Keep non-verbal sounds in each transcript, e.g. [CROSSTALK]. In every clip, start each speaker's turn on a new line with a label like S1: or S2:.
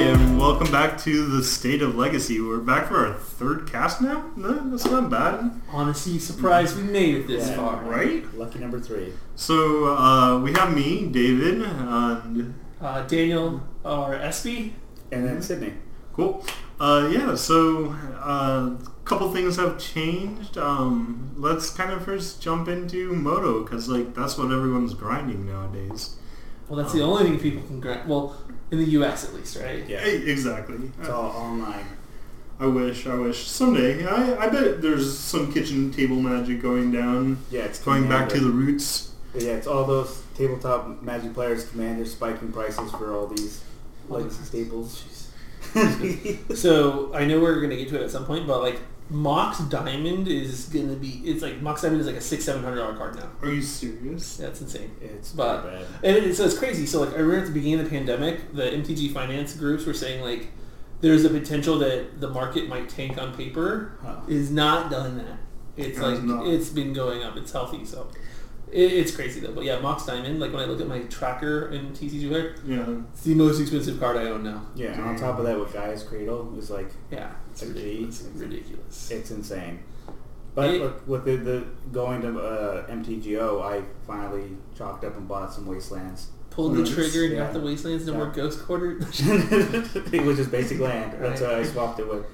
S1: welcome back to the State of Legacy. We're back for our third cast now. No, that's not bad,
S2: Honestly, surprised we made it this
S3: Yeah.
S2: far.
S1: right?
S3: Lucky number three.
S1: So uh, we have me, David, and
S2: Uh, Daniel or Espy?
S3: And
S1: Mm-hmm.
S3: then Sydney.
S1: Cool. Uh, yeah, so a couple things have changed. Um, let's kind of first jump into Moto because like that's what everyone's grinding nowadays.
S2: Well, that's the
S1: Um,
S2: only thing people can grant. Well, in the U.S. at least, right?
S3: Uh-huh. Yeah.
S1: Eh, exactly.
S3: It's all online.
S1: I wish. I wish someday. I, I bet there's some kitchen table magic going down,
S3: Yeah, it's
S1: going back to the
S3: commander.
S1: roots.
S3: Yeah, it's all those tabletop magic players, commanders spiking prices for all these legacy staples. [LAUGHS]
S2: So I know we're gonna get to it at some point, but like Mox Diamond is gonna be. It's like Mox Diamond is like a six seven hundred dollar card now.
S1: Are you serious?
S2: That's insane.
S3: It's
S2: But-
S3: pretty bad.
S2: And it, so it's crazy. So like I remember at the beginning of the pandemic, the MTG finance groups were saying like there's a potential that the market might tank on paper.
S3: Huh.
S2: Is not done that. It's
S1: It has
S2: like
S1: not.
S2: it's been going up. It's healthy. So it, it's crazy though. But yeah, Mox Diamond. Like when I look at my tracker in TCG Player,
S1: Yeah.
S2: it's the most expensive card I own now.
S3: Yeah, and on top of that, with Gaia's Cradle, it's like
S2: Yeah, it's
S3: A G.
S2: ridiculous. Ridiculous.
S3: it's insane. But
S2: It-
S3: look, with the, the going to uh, MTGO, I finally chalked up and bought some Wastelands, [LAUGHS]
S2: Pulled the
S1: Nice.
S2: trigger and
S3: Yeah.
S2: got the Wastelands. No
S3: Yeah.
S2: more Ghost Quarter. [LAUGHS]
S3: which is basic land. That's what I swapped it with.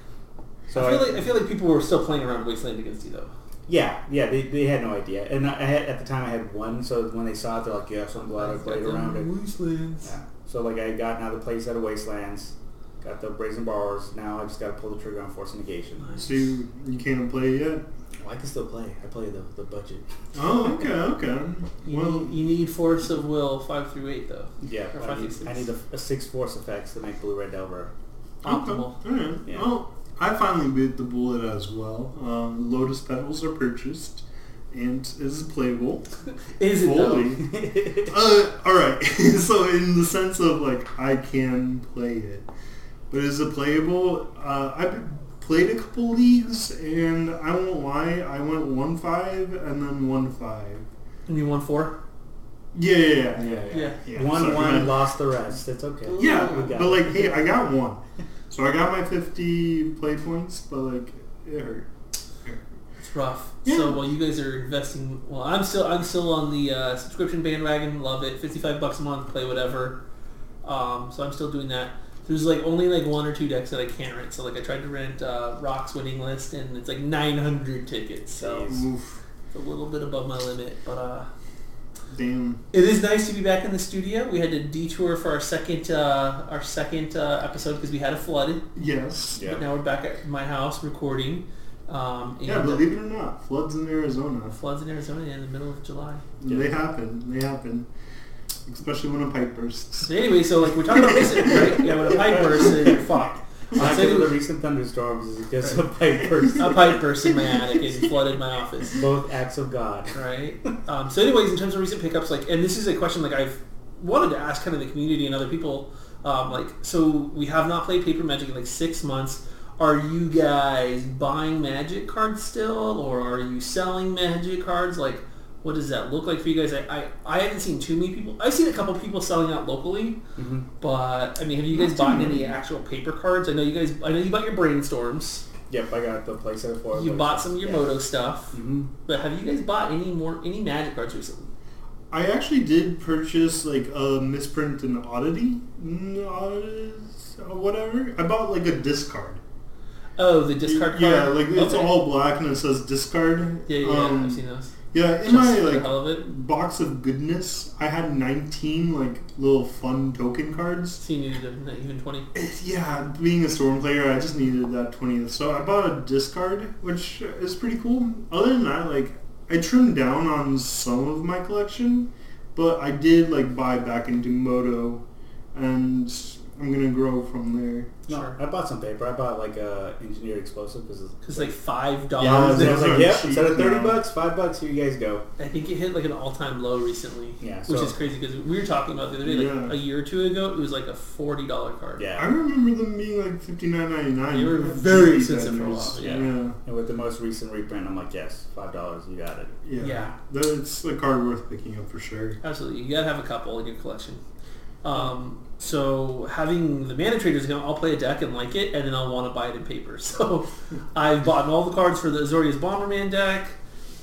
S3: So
S2: I feel like I feel like people were still playing around Wasteland against you though.
S3: Yeah, yeah, they, they had no idea. And I I had, at the time I had one, so when they saw it, they're like, yeah, so I'm glad I
S2: I've
S3: played
S2: got the
S3: around it.
S2: Wastelands.
S3: Yeah. So, like, I got now the place out of Wastelands, got the Brazen Borrowers, now I just got to pull the trigger on Force Negation.
S2: Nice.
S1: So you, you can't play yet.
S3: Well, Oh, I can still play. I play the, the budget.
S1: Oh, okay, okay.
S2: You,
S1: Well,
S2: need, you need force of will five through eight though.
S3: [LAUGHS]
S2: [LAUGHS]
S3: Yeah,
S2: Or
S3: I
S2: five,
S3: need,
S2: six.
S3: I need a, a six Force effects to make Blue Red [LAUGHS] Delver.
S1: okay. All
S2: Optimal.
S1: right.
S3: Yeah.
S1: Well, I finally bit the bullet as well. Um, Lotus petals are purchased, and is playable.
S2: Is it
S1: Holy.
S2: though?
S3: [LAUGHS]
S1: Uh, all right. [LAUGHS] so in the sense of like I can play it, but is it playable? Uh, I played a couple leagues, and I won't lie. I went one five and then one five.
S2: And you won four?
S1: Yeah, yeah, yeah, yeah.
S2: Yeah.
S3: one,
S1: sorry,
S3: one,
S1: my-
S3: lost the rest. It's okay.
S1: Yeah,
S3: We got
S1: but
S3: it.
S1: like, hey, I got one, so I got my fifty play points, but like, it hurt.
S2: It's rough.
S1: Yeah.
S2: So while you guys are investing, well, I'm still I'm still on the uh, subscription bandwagon. Love it. Fifty five bucks a month. Play whatever. Um, so I'm still doing that. There's like only like one or two decks that I can't rent. So like I tried to rent uh, Rock's winning list, and it's like 900 tickets. So
S3: Jeez.
S1: Oof,
S2: it's a little bit above my limit, but uh,
S1: damn.
S2: It is nice to be back in the studio. We had to detour for our second uh, our second uh, episode because we had a flood.
S1: Yes.
S3: Yeah.
S2: But now we're back at my house recording. Um, and
S1: Yeah, believe it or not, floods in Arizona.
S2: floods in Arizona in the middle of July.
S1: They happen. They happen. Especially when a pipe bursts.
S2: So anyway, so like we're talking about this, right? Yeah, when a pipe bursts, then you're fucked.
S3: I
S2: I'll
S3: think
S2: say
S3: the recent thunderstorms is because of [LAUGHS] pipers.
S2: a pipe burst in my attic and flooded my office.
S3: Both acts of God.
S2: right? Um, so, anyways, in terms of recent pickups, like, and this is a question like I've wanted to ask kind of the community and other people, um, like, so we have not played Paper Magic in like six months. Are you guys buying Magic cards still, or are you selling Magic cards? Like, what does that look like for you guys? I I, I haven't seen too many people. I've seen a couple people selling out locally,
S3: Mm-hmm.
S2: but I mean, have you guys
S1: Not too
S2: bought
S1: many.
S2: any actual paper cards? I know you guys. I know you bought your Brainstorms.
S3: Yep, I got the playset for it.
S2: You bought some of your
S3: yeah.
S2: Moto stuff,
S3: Mm-hmm.
S2: but have you guys bought any more any Magic cards recently?
S1: I actually did purchase like a misprint and oddity, Mm, oddities, uh, whatever. I bought like a discard.
S2: Oh, the discard card.
S1: Yeah, like it's
S2: Okay.
S1: all black and it says discard.
S2: Yeah, yeah,
S1: Um,
S2: I've seen those.
S1: yeah. In
S2: Just
S1: my
S2: for the
S1: like
S2: hell of it.
S1: box of goodness, I had 19 like little fun token cards. Eh,
S2: So you needed them, not even twenty.
S1: Yeah, being a storm player, I just needed that 20th. So I bought a discard, which is pretty cool. Other than that, like I trimmed down on some of my collection, but I did like buy back into Moto and I'm going to grow from there.
S3: No,
S2: Sure.
S3: I bought some paper. I bought like a engineered explosive because
S2: It's like five
S3: yeah, I
S2: dollars. [LAUGHS]
S3: was, I
S1: those
S3: was like,
S1: are
S3: yep,
S1: cheap
S3: instead of thirty
S1: now.
S3: bucks, five bucks. Here you guys go.
S2: I think it hit like an all-time low recently.
S3: Yeah,
S2: which
S3: so-
S2: is crazy because we were talking about the other day, like
S1: Yeah.
S2: a year or two ago, it was like a forty dollar card.
S1: I
S3: Yeah,
S1: remember them being like 59.99.
S2: They were
S1: That's
S2: very
S1: cheap
S2: expensive for a
S1: vendors.
S2: while,
S3: yeah.
S1: yeah.
S3: and with the most recent reprint, I'm like, yes, five dollars. You got it.
S1: Yeah.
S2: Yeah.
S1: That's a card worth picking up for sure.
S2: absolutely. You gotta have a couple in your collection. Um, so having the mana traders account, I'll play a deck and like it, and then I'll want to buy it in paper. [LAUGHS] So I've bought all the cards for the Azorius Bomberman deck.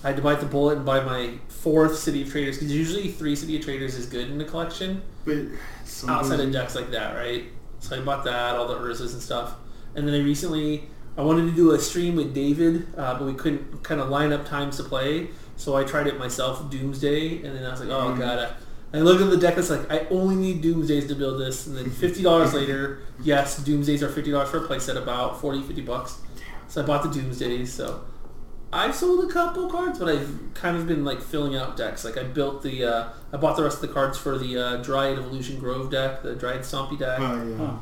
S2: I had to bite the bullet and buy my fourth City of Traders because usually three City of Traders is good in a collection
S1: But sometimes
S2: outside of decks like that, right? So I bought that, all the Urzas and stuff. And then I recently, I wanted to do a stream with David, uh, but we couldn't kind of line up times to play. So I tried it myself, Doomsday, and then I was like, oh,
S1: Mhm.
S2: God. I- I looked at the deck, it's like, I only need Doomsdays to build this. And then $50 later, yes, Doomsdays are $50 for a playset, about 40 50 bucks. So I bought the Doomsdays, so... I've sold a couple cards, but I've kind of been like filling out decks. Like I built the, uh, I bought the rest of the cards for the uh, Dryad Evolution Grove deck, the Dryad Stompy deck.
S1: Oh, yeah.
S3: Huh.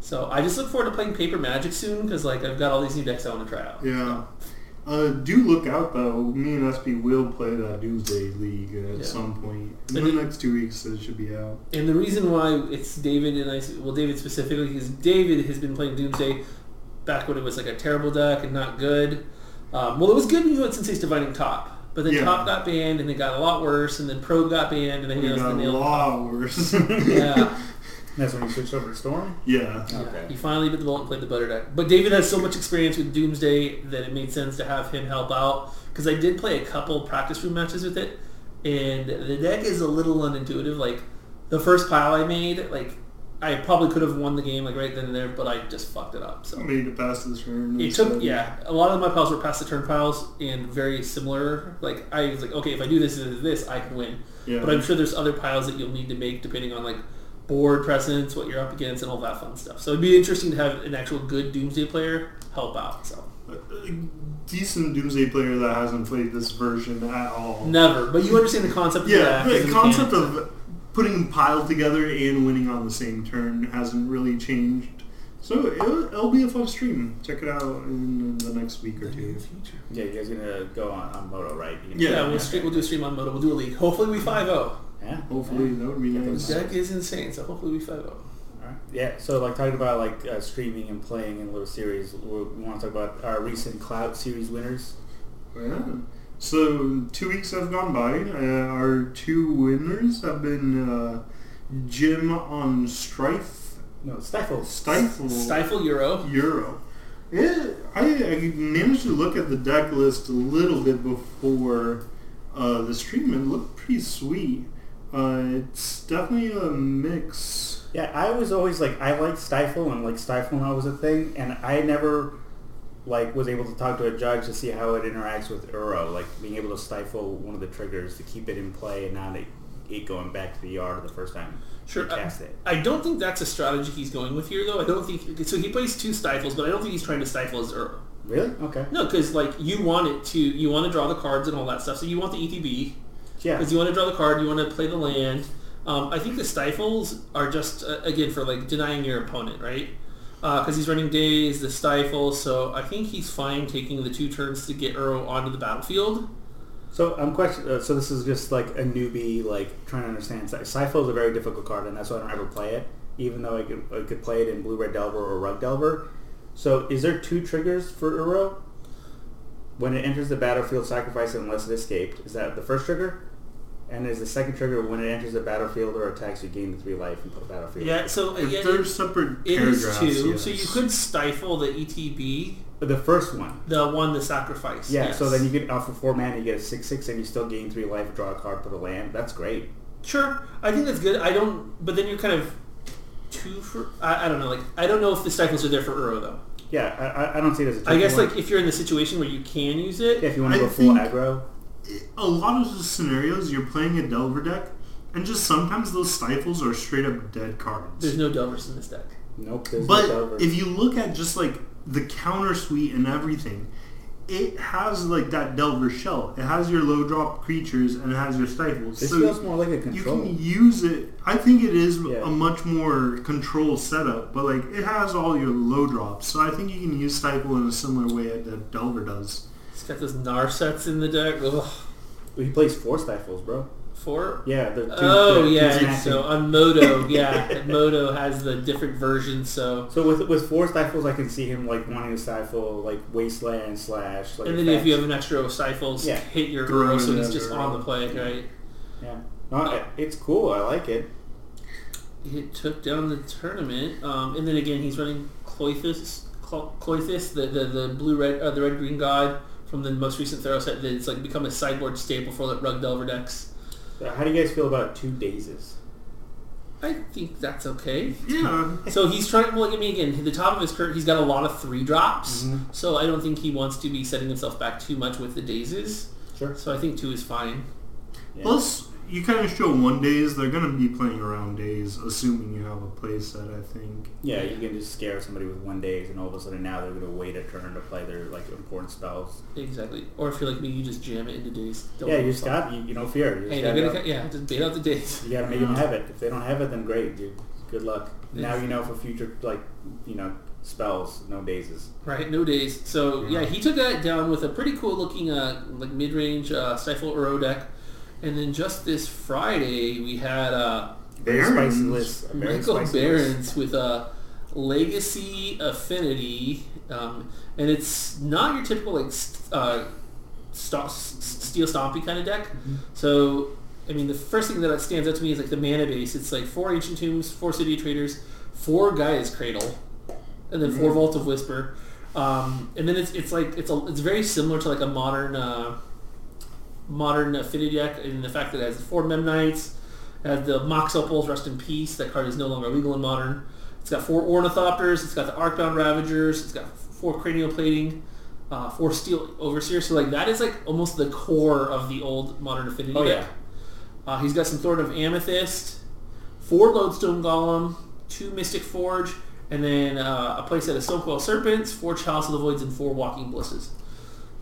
S2: So I just look forward to playing Paper Magic soon because like I've got all these new decks I want to try out.
S1: Yeah. Uh, do look out though. Me and SB will play that Doomsday League at
S2: Yeah.
S1: some point in
S2: And
S1: the
S2: it-
S1: next two weeks. It should be out.
S2: And the reason why it's David and I, well, David specifically, is David has been playing Doomsday back when it was like a terrible deck and not good. Um, well, it was good when you went Sensei's Dividing Top, but then
S1: Yeah.
S2: Top got banned and it got a lot worse, and then Probe got banned, and then
S1: It
S2: you know,
S1: got
S2: the
S1: a
S2: nail.
S1: lot worse.
S2: [LAUGHS]
S1: [LAUGHS]
S2: Yeah.
S3: That's when you switched over to Storm.
S1: yeah.
S2: Yeah,
S3: Okay.
S2: He finally bit the bullet and played the butter deck. But David has so much experience with Doomsday that it made sense to have him help out. Because I did play a couple practice room matches with it, and the deck is a little unintuitive. Like the first pile I made, like I probably could have won the game like right then and there, but I just fucked it up. So
S1: Made it past the turn.
S2: it
S1: and
S2: took
S1: stuff.
S2: yeah. A lot of my piles were past the turn piles and very similar. Like I was like, okay, if I do this and this, I can win.
S1: Yeah.
S2: But I'm sure there's other piles that you'll need to make depending on like board presence, what you're up against, and all that fun stuff. So it'd be interesting to have an actual good Doomsday player help out. So
S1: a uh, decent Doomsday player that hasn't played this version at all.
S2: never, but you understand the concept. of
S1: Yeah,
S2: that,
S1: the concept of putting a pile together and winning on the same turn hasn't really changed. So it'll, it'll be a fun stream. Check it out in the next week or two.
S3: Yeah, you guys gonna go on, on Moto, right? You
S2: yeah,
S1: Yeah.
S2: we'll, stre- we'll do a stream on Moto. We'll do a league. Hopefully we 5-0.
S3: Yeah.
S1: Hopefully that would be
S3: Yeah.
S1: nice.
S2: The deck is insane, so hopefully we oh. 5-0.
S3: Alright. Yeah, so like talking about like uh, streaming and playing in little series, we want to talk about our recent Cloud Series winners.
S1: Yeah. So two weeks have gone by. Uh, our two winners have been uh, Jim on Strife,
S3: No, Stifles.
S1: Stifle,
S2: Stifle Euro.
S1: Euro. It, I, I managed to look at the deck list a little bit before uh, the stream and it looked pretty sweet. Uh, it's definitely a mix.
S3: Yeah, I was always like I liked Stifle and like Stifle now was a thing, and I never like was able to talk to a judge to see how it interacts with Euro, like being able to stifle one of the triggers to keep it in play and not it, it going back to the yard the first time
S2: Sure,
S3: you
S2: I-
S3: cast it.
S2: I don't think that's a strategy he's going with here, though. I don't think so. He plays two stifles, but I don't think he's trying to stifle his Euro.
S3: Really? Okay.
S2: No, because like you want it to, you want to draw the cards and all that stuff. So you want the E ETB
S3: Yeah.
S2: because you want to draw the card, you want to play the land. Um, I think the stifles are just uh, again for like denying your opponent, right? Because he's running days, the stifle. So I think he's fine taking the two turns to get Uro onto the battlefield.
S3: So I'm question. Uh, so this is just like a newbie, like trying to understand. Sifo is a very difficult card, and that's why I don't ever play it. Even though I could, I could play it in Blue Red Delver or Rug Delver. So is there two triggers for Uro? When it enters the battlefield, sacrifice it unless it escaped. Is that the first trigger? And is the second trigger when it enters the battlefield or attacks, you gain the three life and put battlefield.
S2: Yeah. So
S1: If
S2: again,
S1: they're separate
S2: it is
S1: paragraphs,
S2: two.
S1: yes.
S2: So you could stifle the E ETB,
S3: But the first one.
S2: the one the sacrifice.
S3: Yeah.
S2: yes.
S3: So then you get off for four mana, you get a six six, and you still gain three life, draw a card, put a land. That's great.
S2: Sure, I think that's good. I don't, but then you're kind of two for. I, I don't know. Like I don't know if the stifles are there for Uro though.
S3: Yeah, I, I- I don't see it as a.
S2: I guess
S3: tricky one.
S2: like if you're in the situation where you can use it,
S3: Yeah, if you want to
S1: I
S3: go full
S1: think-
S3: aggro.
S1: A lot of the scenarios you're playing a Delver deck, and just sometimes those stifles are straight up dead cards.
S2: there's no Delvers in this deck.
S3: Nope. There's
S1: But
S3: no Delver.
S1: if you look at just like the counter suite and everything, it has like that Delver shell. It has your low drop creatures and it has your stifles.
S3: this
S1: so
S3: feels more like a
S1: you
S3: control.
S1: can use it. I think it is
S3: Yeah.
S1: a much more control setup, but like it has all your low drops. So I think you can use stifle in a similar way that Delver does.
S2: It's got those Narsets in the deck. Ugh.
S3: he plays four stifles, bro.
S2: Four.
S3: Yeah. The two,
S2: Oh
S3: the-
S2: yeah,
S3: two
S2: and so
S3: smacking.
S2: on Moto,
S3: [LAUGHS]
S2: yeah, Moto has the different versions. So
S3: So with with four stifles, I can see him like wanting to stifle like wasteland slash. Like
S2: and then if you have
S3: effects.
S2: an extra stifles,
S3: Yeah.
S2: hit your
S1: Throw
S2: Uro, so
S1: it
S2: he's
S1: at
S2: just
S1: Uro.
S2: on the play, right?
S3: yeah, no, I- it's cool. I like it.
S2: It took down the tournament, um, and then again he's running Cloythus, Clo- Cloythus, the the, the blue red uh, the red green god from the most recent Theros set that's like become a sideboard staple for like, Rug Delver decks.
S3: So how do you guys feel about two daisies?
S2: I think that's
S3: [LAUGHS]
S2: okay.
S3: Hmm.
S1: Yeah.
S2: So he's trying. Well, I mean, again, the top of his curve, he's got a lot of three drops.
S3: Mhm.
S2: So I don't think he wants to be setting himself back too much with the dazes.
S3: Sure.
S2: So I think two is fine.
S3: Yeah.
S1: Plus, you kind of show one days. They're going to be playing around days, assuming you have a play set, I think.
S3: Yeah, you can just scare somebody with one days, and all of a sudden now they're going to wait a turn to play their like important spells.
S2: Exactly. Or if you're like me, you just jam it into days. Don't
S3: yeah, you just got you, you know fear. You, just
S2: Hey,
S3: gotta
S2: they're gonna
S3: go-
S2: cut- yeah, just bait out the days.
S3: you gotta make them have it. If they don't have it, then great, dude. Good luck. Now
S2: Yes.
S3: you know for future like you know spells, no dazes.
S2: Right, no days. So yeah, he took that down with a pretty cool looking uh, like mid range uh, Stifle Uro deck, and then just this Friday we had uh,
S3: Very
S1: Barons.
S3: spicy list. A very
S2: Michael
S3: spicy list.
S2: Barons with a Legacy Affinity, um, and it's not your typical like st- uh, sto- s- s- steel stompy kind of deck. So, I mean, the first thing that stands out to me is like the mana base. It's like four ancient tombs, four city traders, four guys cradle, and then four vault of whisper. Um, and then it's, it's like it's a, it's very similar to like a modern uh, modern affinity deck in the fact that it has the four Memnites, it has the Mox Opals, Rest in Peace. That card is no longer legal in modern. It's got four Ornithopters. It's got the Arcbound Ravagers. It's got four Cranial Plating, uh, four Steel Overseer. So like that is like almost the core of the old modern affinity
S3: Oh,
S2: deck. Uh, he's got some Thorn of Amethyst, four Lodestone Golem, two Mystic Forge, and then uh, a playset of Silkwell Serpents, four Chalice of the Voids, and four Walking Blisses.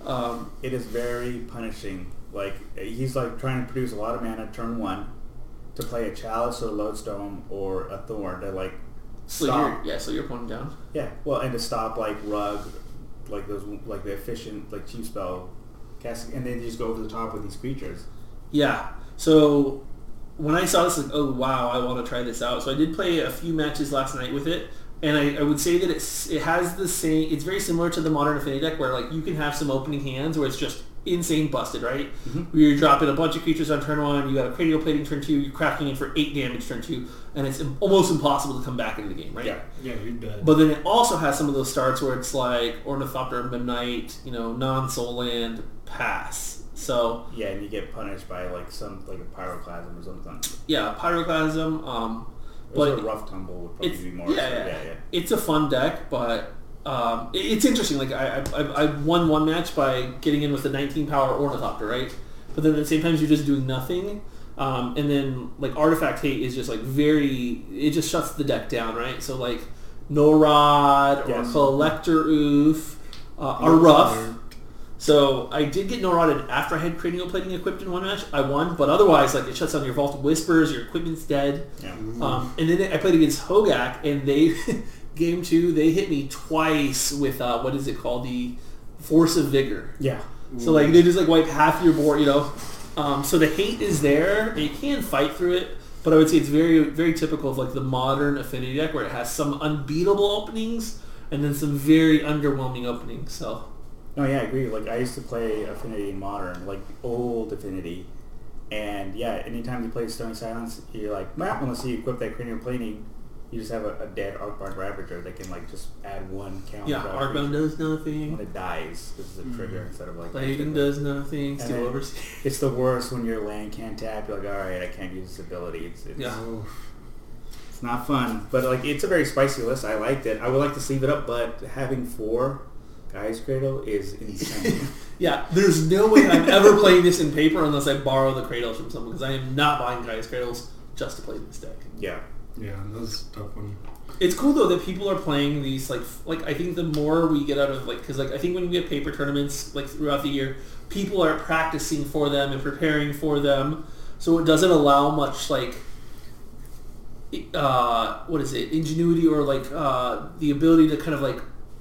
S2: Um,
S3: It is very punishing. Like he's like trying to produce a lot of mana turn one to play a chalice or lodestone or a thorn to like
S2: so
S3: stop.
S2: you're, yeah, so you're pointing down.
S3: Yeah, well, and to stop like rug, like those like the efficient like cheap spell, cast, and then you just go over the top with these creatures.
S2: Yeah. So when I saw this, like, oh wow, I want to try this out. So I did play a few matches last night with it, and I, I would say that it's it has the same. It's very similar to the modern affinity deck, where like you can have some opening hands where it's just insane busted, right? Where you're dropping a bunch of creatures on turn one, you got a cranial plating turn two, you're cracking in for eight damage turn two, and it's im- almost impossible to come back into the game, right?
S3: Yeah,
S1: Yeah, you're dead.
S2: But then it also has some of those starts where it's like Ornithopter, Memnite, you know, non-soul land, pass. So
S3: yeah, and you get punished by like some like a pyroclasm or something.
S2: yeah, pyroclasm. Um,
S3: Those
S2: but
S3: a rough tumble would probably
S2: it's
S3: be
S2: yeah,
S3: more.
S2: yeah,
S3: yeah, yeah.
S2: it's a fun deck, but um, it- it's interesting. Like I, I, I- I won one match by getting in with the 19 power ornithopter, right? But then at the same time, you're just doing nothing. Um, and then like artifact hate is just like very. It just shuts the deck down, right? So like Norod
S3: Yes.
S2: or Collector Oof uh, are rough. So I did get Norotted after I had cranial plating equipped in one match. I won, but otherwise, like it shuts down your vault of whispers, your equipment's dead.
S3: yeah.
S2: Um, and then I played against Hogak, and they [LAUGHS] game two they hit me twice with uh, what is it called the force of vigor.
S3: Yeah.
S2: So like they just like wipe half your board, you know. Um, so the hate is there, and you can fight through it. But I would say it's very very typical of like the modern affinity deck where it has some unbeatable openings and then some very underwhelming openings. So
S3: No, yeah, I agree. Like I used to play Affinity in Modern, like old Affinity, and yeah, anytime you play Stony Silence, you're like, well, unless you equip that cranial plating, you just have a, a dead Arcbound Ravager that can like just add one count.
S2: yeah, Mm-hmm.
S3: to that
S2: Arcbound does
S3: when
S2: nothing,
S3: it dies, this is a trigger instead of like.
S2: Layden does nothing,
S3: then-
S2: Steel Overseer.
S3: It's the worst when your land can't tap. You're like, all right, I can't use this ability. It's it's,
S2: Yeah.
S3: it's not fun, but like it's a very spicy list. I liked it. I would like to sleeve it up, but having four guys cradle is
S2: [LAUGHS]
S3: insane.
S2: Yeah, there's no way I'm ever playing this in paper unless I borrow the cradles from someone because I am not buying guys cradles just to play this deck.
S3: yeah,
S1: Yeah, that's a tough one.
S2: It's cool though that people are playing these like f- like I think the more we get out of like because like I think when we have paper tournaments like throughout the year, people are practicing for them and preparing for them, so it doesn't allow much like i- uh, what is it ingenuity or like uh, the ability to kind of like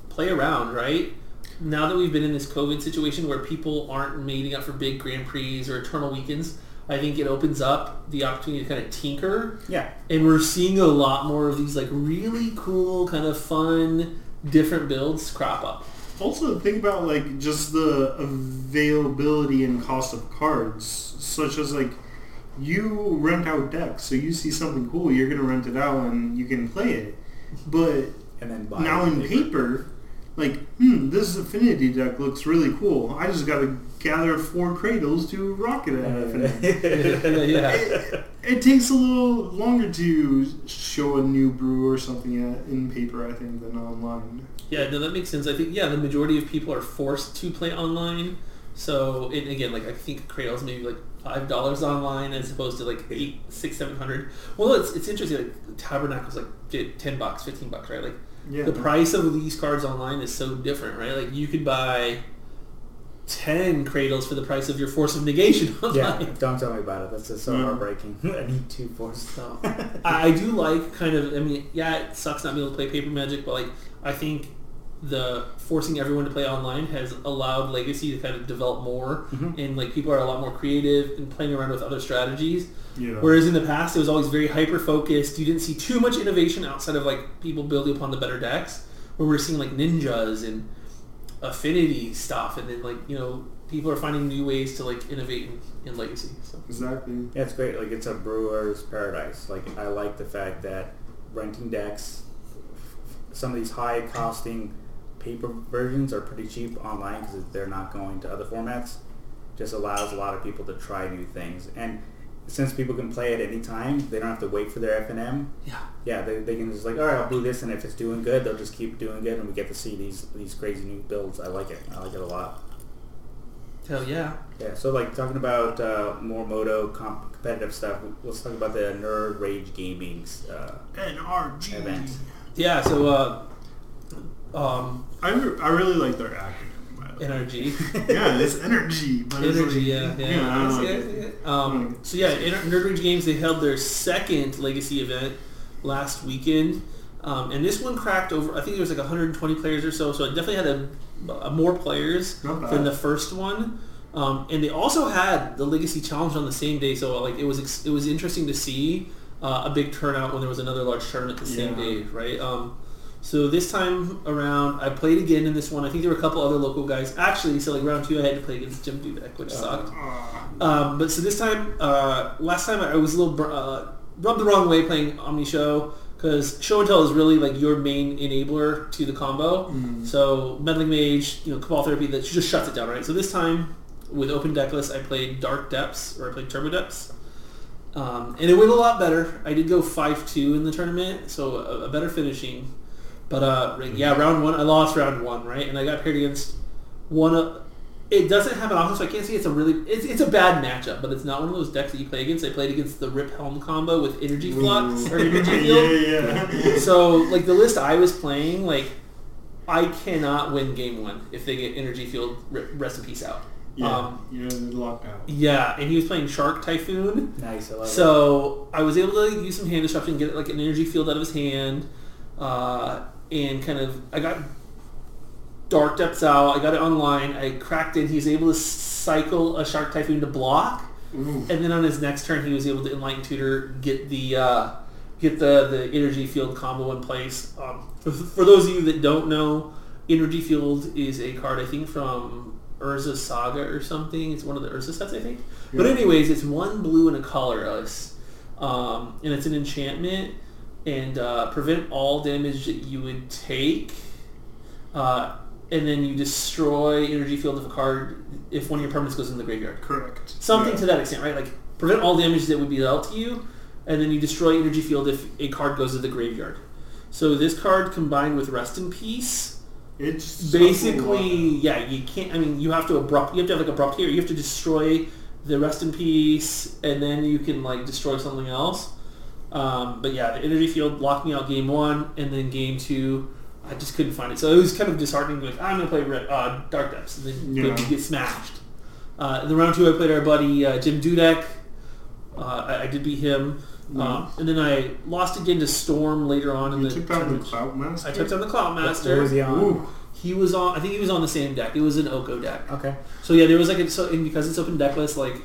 S2: play around right. Now that we've been in this COVID situation where people aren't meeting up for big Grand Prix or eternal weekends, I think it opens up the opportunity to kind of tinker
S3: yeah.
S2: and we're seeing a lot more of these like really cool kind of fun different builds crop up
S1: Also, think about like just the availability and cost of cards, such as like you rent out decks, so you see something cool, you're gonna rent it out and you can play it. But
S3: and then buy
S1: now
S3: it
S1: in
S3: [LAUGHS]
S1: paper, like, hmm, this affinity deck looks really cool. I just gotta gather four cradles to rocket at
S3: [LAUGHS]
S1: affinity.
S2: Yeah.
S1: It takes a little longer to show a new brew or something at- in paper, I think, than online.
S2: Yeah, no, that makes sense. I think yeah, the majority of people are forced to play online. So and again, like I think Cradle's maybe like five dollars online as opposed to like eight, six, seven hundred. Well, it's it's interesting. Like Tabernacle's like fi- ten bucks, fifteen bucks, right? Like
S1: Yeah.
S2: the price of these cards online is so different, right? Like you could buy ten Cradles for the price of your Force of Negation [LAUGHS]
S3: Yeah,
S2: online.
S3: don't tell me about it. That's just so
S1: Mm.
S3: heartbreaking. [LAUGHS] I need two forces.
S2: So I I do like kind of. I mean, yeah, it sucks not being able to play paper magic, but like I think the forcing everyone to play online has allowed Legacy to kind of develop more,
S3: Mhm.
S2: and like people are a lot more creative and playing around with other strategies.
S1: Yeah.
S2: Whereas in the past, it was always very hyper focused. You didn't see too much innovation outside of like people building upon the better decks. Where we're seeing like ninjas and affinity stuff, and then like you know people are finding new ways to like innovate in, in Legacy. So.
S1: exactly.
S3: Yeah, it's great. Like it's a brewer's paradise. Like I like the fact that renting decks, some of these high costing paper versions are pretty cheap online because they're not going to other formats. Just allows a lot of people to try new things, and since people can play at any time, they don't have to wait for their F and M.
S2: Yeah.
S3: Yeah, they, they can just like, all right, I'll do this, and if it's doing good, they'll just keep doing good, and we get to see these these crazy new builds. I like it. I like it a lot.
S2: Hell yeah.
S3: Yeah, so like talking about uh, more moto comp- competitive stuff, let's talk about the Nerd Rage Gaming's uh,
S1: NRG.
S3: event.
S2: Yeah, so uh, um,
S1: I, re- I really like their acronym, by the way. [LAUGHS]
S2: NRG.
S1: yeah, it's energy. But it's
S2: Energy,
S1: like,
S2: yeah, yeah.
S1: I don't like it.
S2: Um, so yeah, Inter- Nerd Rage Games, they held their second Legacy event last weekend. Um, and this one cracked over, I think there was like 120 players or so, so it definitely had a, a more players
S1: Not bad.
S2: than the first one. Um, and they also had the Legacy Challenge on the same day, so like it was ex- it was interesting to see uh, a big turnout when there was another large tournament the same
S1: Yeah.
S2: day, right? Um, so this time around, I played again in this one. I think there were a couple other local guys. Actually, so like round two, I had to play against Jim Dudek, which sucked.
S1: Ah,
S2: Um, but so this time, uh, last time I was a little br- uh, rubbed the wrong way playing Omni Show because Show and Tell is really like your main enabler to the combo. So Meddling Mage, you know, Cabal Therapy, that just shuts it down, right? So this time with Open Deck List, I played Dark Depths or I played Turbo Depths. Um, and it went a lot better. I did go 5-2 in the tournament, so a, a better finishing. But uh,
S1: Mm-hmm.
S2: yeah, round one, I lost round one, right? And I got paired against one of... It doesn't have an option, so I can't see it's a really... It's, it's a bad matchup, but it's not one of those decks that you play against. I played against the Rip Helm combo with
S1: [LAUGHS]
S2: Energy Flux or Energy
S1: yeah,
S2: Field
S1: yeah, yeah.
S2: so like the list I was playing, like I cannot win game one if they get energy field r- rest in peace out.
S1: [LAUGHS] yeah,
S2: Um,
S1: you're locked out.
S2: yeah, and he was playing Shark Typhoon,
S3: [LAUGHS] Nice, I love it.
S2: so I was able to use some hand disruption, get like an energy field out of his hand, uh, and kind of I got dark depths out. I got it online. I cracked in. He was able to cycle a Shark Typhoon to block.
S1: Ooh.
S2: And then on his next turn, he was able to enlighten tutor, get the uh, get the, the energy field combo in place. Um, for, for those of you that don't know, energy field is a card I think from Urza Saga or something. It's one of the Urza sets I think. But
S1: Yeah.
S2: anyways, it's one blue and a colorless, um, and it's an enchantment and uh, prevent all damage that you would take. Uh, and then you destroy energy field of a card if one of your permanents goes in the graveyard
S1: Correct.
S2: something
S1: yeah.
S2: to that extent, right? Like prevent all damage that would be dealt to you, and then you destroy energy field if a card goes to the graveyard. So this card combined with Rest in Peace,
S1: It's
S2: basically, yeah, you can't. I mean, you have to abrupt. You have to have like abrupt here. You have to destroy the Rest in Peace, and then you can like destroy something else. Um, but yeah, the energy field locked me out game one, and then game two, I just couldn't find it. So it was kind of disheartening. Like I'm gonna play Red, uh, Dark Depths, and then
S1: Yeah.
S2: you get smashed. Uh, in the round two, I played our buddy uh, Jim Dudek. Uh, I, I did beat him, um, and then I lost again to Storm later on in
S1: You
S2: the
S1: took down the
S2: tournament.
S1: Cloud Master?
S2: I took down the Cloud
S3: What-
S2: Master.
S3: Where was he on?
S1: Ooh.
S2: He was on. I think he was on the same deck. It was an Oko deck.
S3: Okay.
S2: So yeah, there was like a, so, and because it's open deck list, like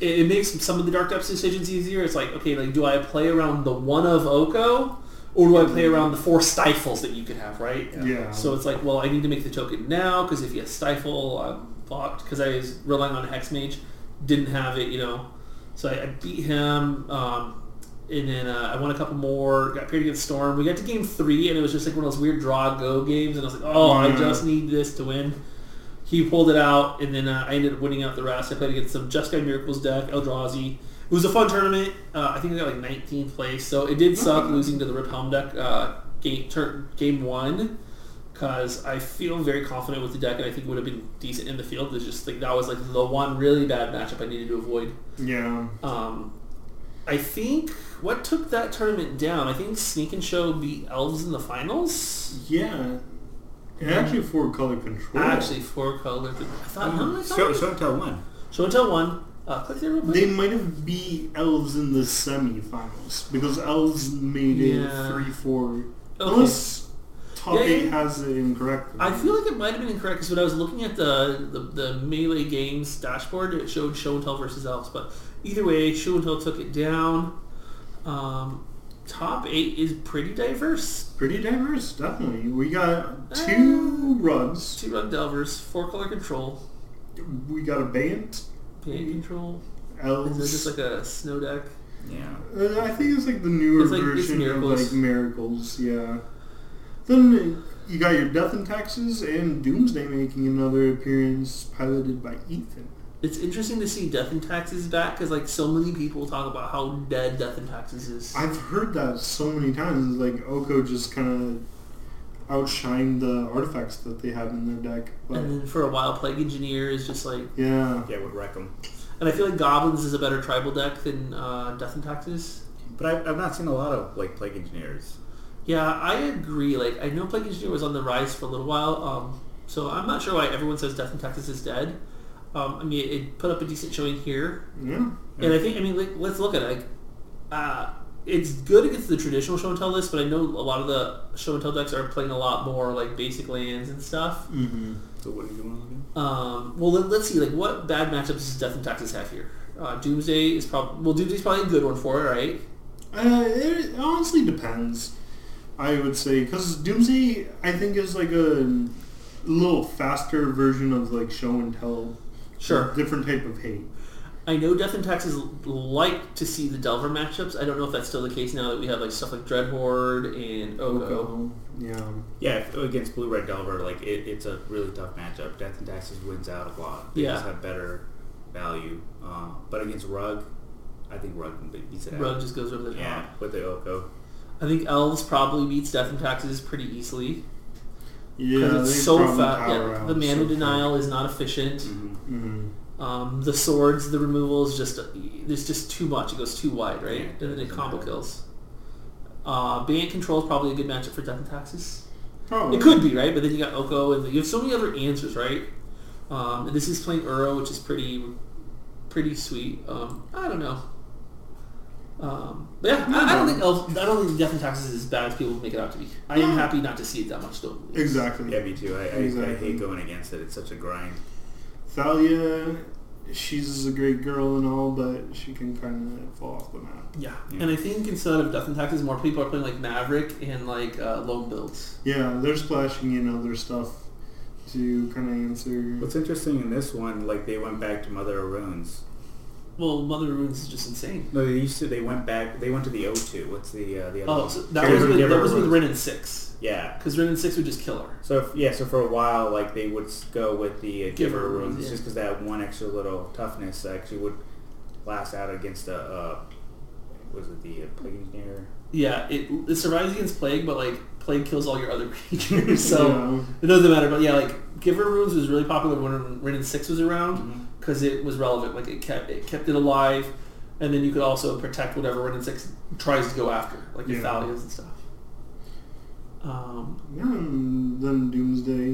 S2: it, it makes some of the dark depths decisions easier. It's like okay, like do I play around the one of Oko, or do I play around the four stifles that you could have, right?
S1: Yeah.
S2: So it's like, well, I need to make the token now because if you have stifle, I'm fucked because I was relying on hex mage, didn't have it, you know. So I, I beat him, um, and then uh, I won a couple more. Got paired against Storm. We got to game three, and it was just like one of those weird draw go games. And I was like, oh, I
S1: Mhm.
S2: just need this to win. He pulled it out, and then uh, I ended up winning out the rest. I played against some Just Guy Miracles deck, Eldrazi. It was a fun tournament. Uh, I think I got like 19th place, so it did suck
S1: Mhm.
S2: losing to the Rip Helm deck uh, game tur game one because I feel very confident with the deck, and I think would have been decent in the field. It's just like that was like the one really bad matchup I needed to avoid.
S1: Yeah.
S2: Um, I think what took that tournament down. I think Sneak and Show beat Elves in the finals.
S1: Yeah. And actually afford color control.
S2: Actually, four color. I thought
S3: Mm-hmm.
S2: no, I thought
S3: Show, show and tell one.
S2: Show and Tell won. Uh, click there real quick.
S1: They might have beat elves in the semifinals because elves made
S2: Yeah.
S1: it three four.
S2: Okay.
S1: Unless top
S2: Yeah, yeah,
S1: eight
S2: yeah.
S1: has it incorrectly.
S2: I feel like it might have been incorrect because when I was looking at the, the the melee games dashboard, it showed Show and Tell versus Elves. But either way, Show and Tell took it down. Um, top eight is pretty diverse.
S1: pretty diverse, definitely. We
S2: Uh,
S1: got two rugs.
S2: Two rug delvers, four color control,
S1: We got a band.
S2: paint control, and
S1: Elves.
S2: then just like a snow deck.
S3: Yeah.
S1: Uh, I think it's like the newer
S2: It's like- it's
S1: version of
S2: Miracles.
S1: like miracles. Yeah. Then you got your death and taxes and doomsday making another appearance piloted by Ethan.
S2: It's interesting to see Death and Taxes back because like so many people talk about how dead Death and Taxes is.
S1: I've heard that so many times. Like Oko just kind of outshined the artifacts that they have in their deck. But
S2: and then for a while, Plague Engineer is just like,
S1: yeah,
S3: Yeah, would wreck them.
S2: and I feel like Goblins is a better tribal deck than uh, Death and Taxes.
S3: But I've, I've not seen a lot of like plague engineers.
S2: Yeah, I agree. Like, I know Plague Engineer was on the rise for a little while, um, so I'm not sure why everyone says Death in Texas is dead. Um, I mean, it put up a decent showing here,
S1: yeah,
S2: and I think, I mean, like, let's look at it. Like, uh, it's good against the traditional show and tell list, but I know a lot of the show and tell decks are playing a lot more like basic lands and stuff.
S1: mm-hmm.
S3: So what do you want to do?
S2: Um, well, let, us see. Like, what bad matchups does Death in Texas have here? Uh, Doomsday is probably well, Doomsday's probably a good one for it, right?
S1: Uh, it honestly depends. I would say because Doomsday, I think, is like a little faster version of like show and tell.
S2: Sure.
S1: Different type of hate.
S2: I know Death and Taxes like to see the Delver matchups. I don't know if that's still the case now that we have like stuff like Dreadhorde and Oko.
S1: Oko, Yeah.
S3: Yeah, if, against Blue Red Delver, like it, it's a really tough matchup. Death and Taxes wins out a lot. They
S2: Yeah.
S3: just have better value. Uh, but against Rug, I think Rug be- beats it out.
S2: Rug just goes over the top.
S3: yeah, with the Oko.
S2: I think Elves probably beats Death and Taxes pretty easily
S1: Yeah.
S2: because
S1: they
S2: it's so
S1: probably
S2: fast.
S1: power
S2: Yeah,
S1: out
S2: the mana
S1: so
S2: denial is not efficient.
S3: Mm-hmm.
S1: fast. Mhm.
S2: Um, the swords, the removal is just there's just too much. It goes too wide, right?
S3: Yeah, it
S2: and then it
S3: doesn't
S2: combo
S3: matter.
S2: kills. Uh, Band control is probably a good matchup for Death and Taxes.
S1: Probably.
S2: It could be right, but then you got Oko, and you have so many other answers, right? Um, and this is playing Uro, which is pretty, pretty sweet. Um, I don't know. Um, but yeah, I, I don't think Elf, I don't think Death and Taxes is as bad as people make it out to be. I am
S1: No.
S2: happy not to see it that much, though.
S1: Exactly.
S3: Yeah, me too. I, I, I
S1: Exactly.
S3: hate going against it. It's such a grind.
S1: Thalia, she's a great girl and all, but she can kind of fall off the map.
S2: Yeah,
S3: Yeah.
S2: and I think instead of Death and Taxes, more people are playing like Maverick and like uh, Lone Builds.
S1: Yeah, they're splashing in other stuff to kind of answer.
S3: What's interesting in this one, like they went back to Mother of Runes.
S2: Well, Mother of Runes is just insane.
S3: No, they used to. They went back. They went to the O2. What's the uh, the other?
S2: Oh,
S3: one?
S2: so that
S3: Tears
S2: was
S3: of
S2: with, that
S3: Different
S2: was with
S3: Runes.
S2: Ren and Six,
S3: Yeah,
S2: because Ren and Six would just kill her.
S3: So if, yeah, so for a while, like they would s- go with the uh,
S2: Giver
S3: giver runes
S2: runes,
S3: just because that one extra little toughness actually would last out against a uh, was it the uh, plague engineer?
S2: Yeah, it, it survives against plague, but like plague kills all your other [LAUGHS] creatures, so
S1: Yeah.
S2: it doesn't matter. But yeah, like Giver Runes was really popular when Ren and Six was
S1: Mm-hmm.
S2: around because it was relevant. Like it kept it kept it alive, and then you could also protect whatever Ren and Six tries to go after, like your
S1: Yeah.
S2: Thalias and stuff. Um,
S1: Yeah, and then Doomsday.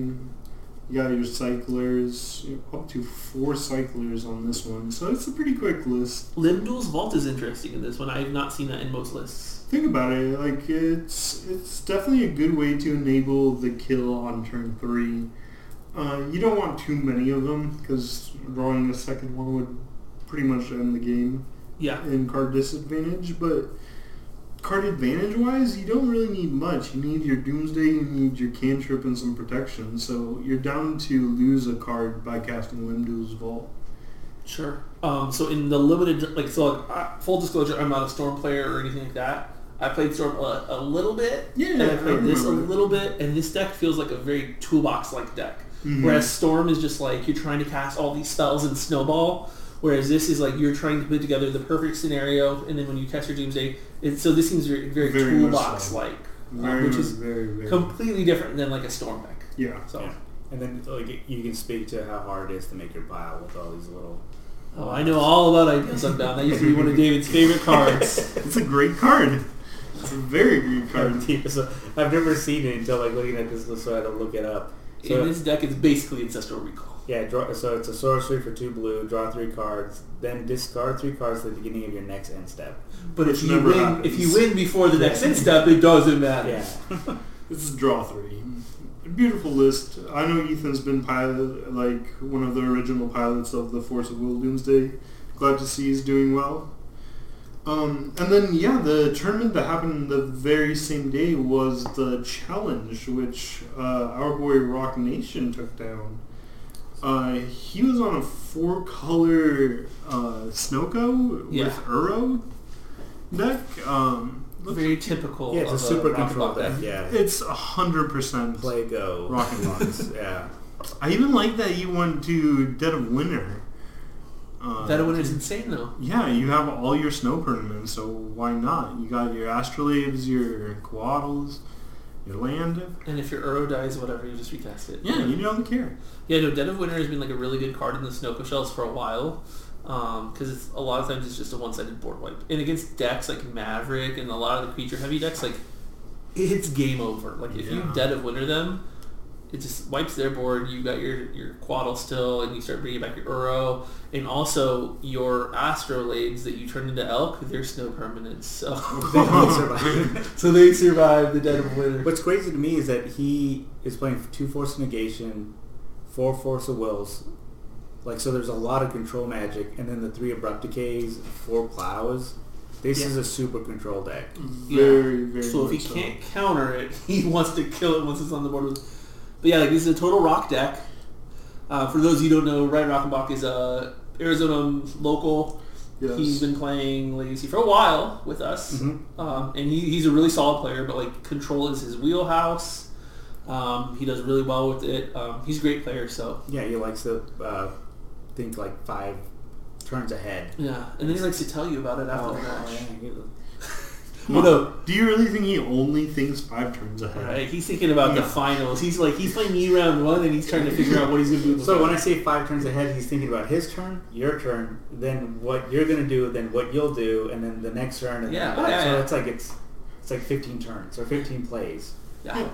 S1: You got your cyclers, up to four cyclers on this one, so it's a pretty quick list.
S2: Limdul's Vault is interesting in this one. I have not seen that in most lists.
S1: Think about it, like it's it's definitely a good way to enable the kill on turn three. Uh, you don't want too many of them because drawing a second one would pretty much end the game
S2: Yeah,
S1: in card disadvantage. But card advantage wise, you don't really need much. You need your Doomsday, you need your cantrip, and some protection. So you're down to lose a card by casting Limdu's Vault.
S2: sure. Um, so in the limited, like, so like, I, full disclosure, I'm not a Storm player or anything like that. I played Storm a, a little bit,
S1: Yeah,
S2: and I
S1: I
S2: played this a
S1: remember.
S2: little bit, and this deck feels like a very toolbox-like deck.
S1: Mhm.
S2: Whereas Storm is just like you're trying to cast all these spells and snowball, whereas this is like you're trying to put together the perfect scenario, and then when you cast your Doomsday, it, so this seems very, very,
S1: Very much so.
S2: toolbox-like, um,
S1: Very,
S2: which is
S1: very, very.
S2: completely different than like a Storm deck.
S1: yeah.
S2: So.
S3: Yeah. And then like you can speak to how hard it is to make your pile with all these little.
S2: Oh, I know all about ideas I'm down. That used to be one
S1: [LAUGHS]
S2: of David's favorite cards.
S1: It's a great card. It's a very great card.
S3: [LAUGHS] So I've never seen it until like looking at this list, so I had to look it up.
S2: In
S3: So
S2: this deck, it's basically Ancestral Recall.
S3: yeah, draw, so it's a sorcery for two blue, draw three cards, then discard three cards at the beginning of your next end step.
S2: But
S1: Which
S2: if you
S1: never
S2: win,
S1: happens.
S2: if you win before the next
S3: Yeah.
S2: in step, it doesn't matter.
S3: Yeah.
S2: [LAUGHS]
S1: This is draw three. A beautiful list. I know Ethan's been pilot, like one of the original pilots of the Force of Will Doomsday. Glad to see he's doing well. Um, and then yeah, the tournament that happened the very same day was the challenge, which uh, our boy Rock Nation took down. Uh, he was on a four-color uh, Snoko
S2: Yeah.
S1: with Uro deck. Um,
S2: Very typical.
S3: Yeah, it's a
S2: of
S3: super
S2: Rocket
S3: control
S2: Block deck.
S3: deck. Yeah.
S2: [LAUGHS]
S1: it's hundred percent
S3: Play go.
S1: Rocket Box.
S2: [LAUGHS]
S3: [LAUGHS] yeah.
S1: I even like that you went to Dead of Winter. Uh,
S2: That one is insane though.
S1: Yeah, you have all your snow tournaments, so why not? You got your astrolabes, your coattles, your land.
S2: And if your Uro dies, whatever, you just recast it.
S1: Yeah, you don't care.
S2: Yeah, no, Dead of Winter has been like a really good card in the Snoko shells for a while. Because it's a lot of times it's just a one-sided board wipe, and against decks like Maverick and a lot of the creature-heavy decks, like it's game over. Like if you
S1: Yeah.
S2: Dead of Winter them, it just wipes their board. You got your your Quaddle still, and you start bringing back your Uro, and also your Astrolades that you turn into Elk. They're snow permanents, so
S3: They don't survive.
S2: [LAUGHS] so they survive the Dead of Winter.
S3: [LAUGHS] What's crazy to me is that he is playing two Force of Negation, four Force of Wills. Like, so there's a lot of control magic, and then the three Abrupt Decays, four Plows. This
S2: Yeah. Mm-hmm.
S3: is a super control deck.
S1: Very, very.
S2: So if he
S1: much
S2: can't counter it, [LAUGHS] he wants to kill it once it's on the board. With, but yeah, like this is a total rock deck. Uh, for those you who don't know, Ryan Rockenbach is a Arizona local.
S1: Yes.
S2: He's been playing Legacy for a while with us,
S1: Mm-hmm.
S3: Mhm.
S2: um, and he, he's a really solid player. But like control is his wheelhouse. Um, he does really well with it. Um, he's a great player. So
S3: Yeah, he likes to uh, think like five turns ahead.
S2: yeah, and then he likes to tell you about it after
S1: Oh,
S2: the match.
S1: Come
S2: [LAUGHS] Well,
S1: on.
S2: no.
S1: Do you really think he only thinks five turns ahead?
S2: Right, he's thinking about the
S1: Yeah.
S2: finals. He's like he's playing me round one, and he's trying to figure out what he's gonna do. in the
S3: So when
S2: finals.
S3: I say five turns ahead, he's thinking about his turn, your turn, then what you're gonna do, then what you'll do, and then the next turn. And
S2: Yeah,
S3: then,
S2: oh, yeah,
S3: so
S2: yeah.
S3: it's like it's it's like 15 turns or 15 plays.
S2: yeah.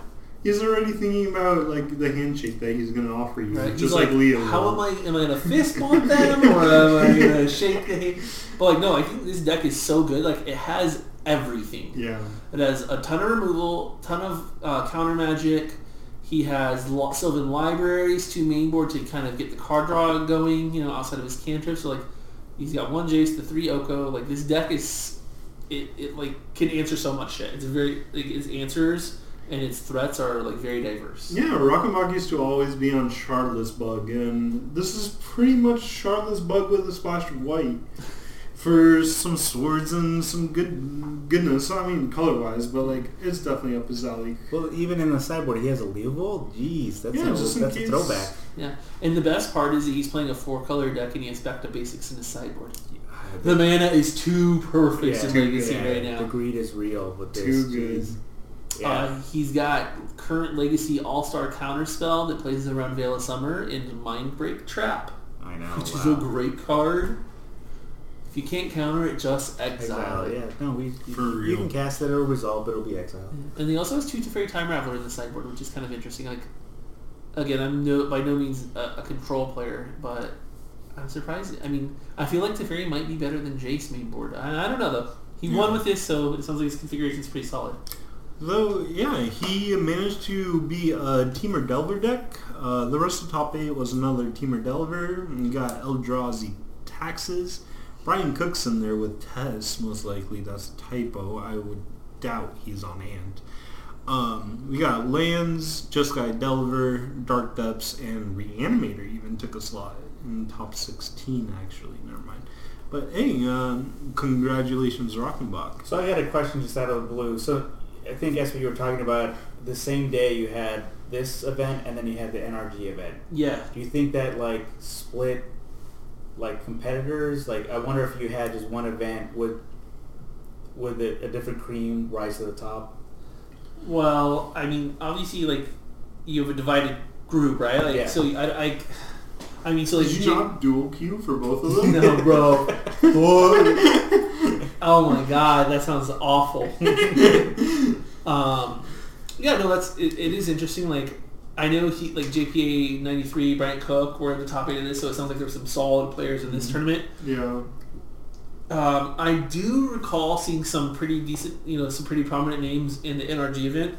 S1: He's already thinking about like the handshake that he's gonna offer you,
S2: Right?
S1: just
S2: He's
S1: like, Leo.
S2: How
S1: will.
S2: am I? Am I gonna fist bump them, or am I gonna shake the hand? But like, no, I think this deck is so good. Like, it has everything.
S1: Yeah.
S2: It has a ton of removal, ton of uh, counter magic. He has lo- Sylvan Libraries, two main board to kind of get the card draw going. You know, outside of his cantrip. So like, he's got one Jace, the three Oko. Like this deck is, it, it like can answer so much shit. It's very like its answers and its threats are like very diverse.
S1: Yeah, Rockenbach used to always be on Shardless Bug, and this is pretty much Shardless Bug with a splash of white for some swords and some good goodness. I mean, color-wise, but like it's definitely up his alley.
S3: Well, even in the sideboard, he has a Leovold. Jeez, that's
S1: Yeah,
S3: a,
S1: just in
S3: that's a
S1: case.
S3: throwback.
S2: Yeah, and the best part is that he's playing a four-color deck and he has back to basics in his sideboard. The
S3: Yeah,
S2: mana is too perfect
S3: Yeah,
S2: in
S1: too
S2: Legacy
S1: good.
S2: right
S3: The
S2: now.
S3: greed is real with this.
S1: Too good.
S3: Jeez. Yeah.
S2: Uh, he's got current Legacy All-Star Counterspell that plays around Veil of Summer and Mindbreak Trap,
S3: I know.
S2: which
S3: Oh, wow.
S2: is a great card. If you can't counter it, just exile,
S3: exile.
S2: it.
S3: Yeah, no, we you,
S1: For
S3: you
S1: real.
S3: can cast that or resolve, but it'll be exile.
S2: And he also has two Teferi Time Raveler in the sideboard, which is kind of interesting. Like, again, I'm no by no means a, a control player, but I'm surprised. I mean, I feel like Teferi might be better than Jace main board. I, I don't know though.
S3: Hmm.
S2: He won
S1: Yeah.
S2: with this, so it sounds like his configuration is pretty solid.
S1: Though, yeah, he managed to be a Teamer Delver deck. Uh, the rest of top eight was another Teamer Delver. You got Eldrazi Taxes. Brian Cook's in there with Tess, most likely. That's a typo. I would doubt he's on hand. Um, we got Lands, Just Guy Delver, Dark Depths, and Reanimator even took a slot. in the top 16, actually. Never mind. But hey, uh, congratulations, Rockenbach.
S3: So I got a question just out of the blue. So I think that's what you were talking about. The same day you had this event and then you had the NRG event.
S2: Yeah.
S3: Do you think that like split like competitors? Like I wonder if you had just one event would would the, a different cream rise to the top?
S2: Well, I mean, obviously, like you have a divided group, right? Like,
S3: Yeah.
S2: So I, I, I mean, so like
S1: Did you
S2: Jake-
S1: not dual queue for both [LAUGHS] of them?
S2: no, bro. Boy. oh my god, that sounds
S1: [LAUGHS]
S2: awful. um, yeah, no, that's it, it is interesting. Like I know he like JPA ninety three, Bryant Cook were in the top eight of this, so it sounds like there's some solid players in this tournament.
S1: Yeah.
S2: Um, I do recall seeing some pretty decent, you know, some pretty prominent names in the NRG event.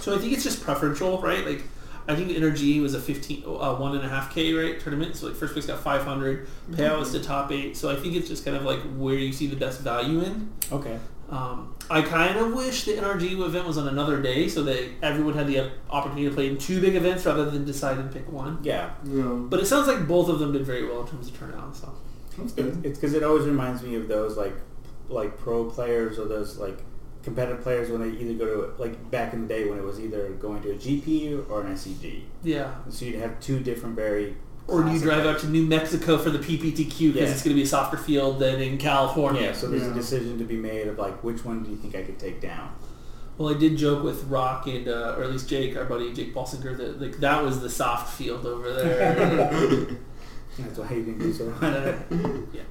S2: So I think it's just preferential, right? Like, I think NRG was a fifteen, uh, one and a half k right tournament. So like first place got five hundred, payout was to top eight. So I think it's just kind of like where you see the best value in.
S3: [LAUGHS] Okay.
S2: Um, I kind of wish the NRG event was on another day so that everyone had the opportunity to play in two big events rather than decide and pick one.
S3: Yeah.
S1: Yeah.
S2: But it sounds like both of them did very well in terms of turnout. So
S1: That's
S3: It's
S1: good.
S3: because it always reminds me of those like like pro players or those like competitive players when they either go to like back in the day when it was either going to a GP or an SCG.
S2: yeah.
S3: So you'd have two different very
S2: Or you
S3: classic
S2: drive out to New Mexico for the PPTQ because
S3: Yeah.
S2: it's going to be a softer field than in California.
S3: Yeah, so there's
S1: Yeah.
S3: a decision to be made of like which one do you think I could take down?
S2: Well, I did joke with Rock and, uh, or at least Jake, our buddy Jake Balsinger, that like that was the soft field over
S3: [LAUGHS]
S2: there. [LAUGHS]
S3: That's why you didn't do [LAUGHS] so.
S2: Uh, yeah.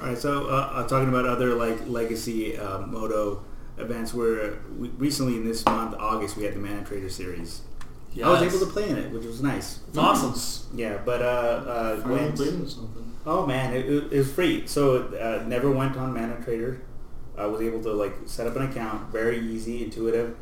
S3: All right, so uh, uh, talking about other like legacy uh, moto events, where we, recently in this month, August, we had the Man Trader series. I was
S2: Yes.
S3: able to play in it, which was nice.
S2: It's awesome.
S3: Yeah, but uh, uh,
S1: I am
S3: Glenn's-
S1: playing something.
S3: oh man, it, it, it was free. So uh, never went on Man Trader. I was able to like set up an account, very easy, intuitive.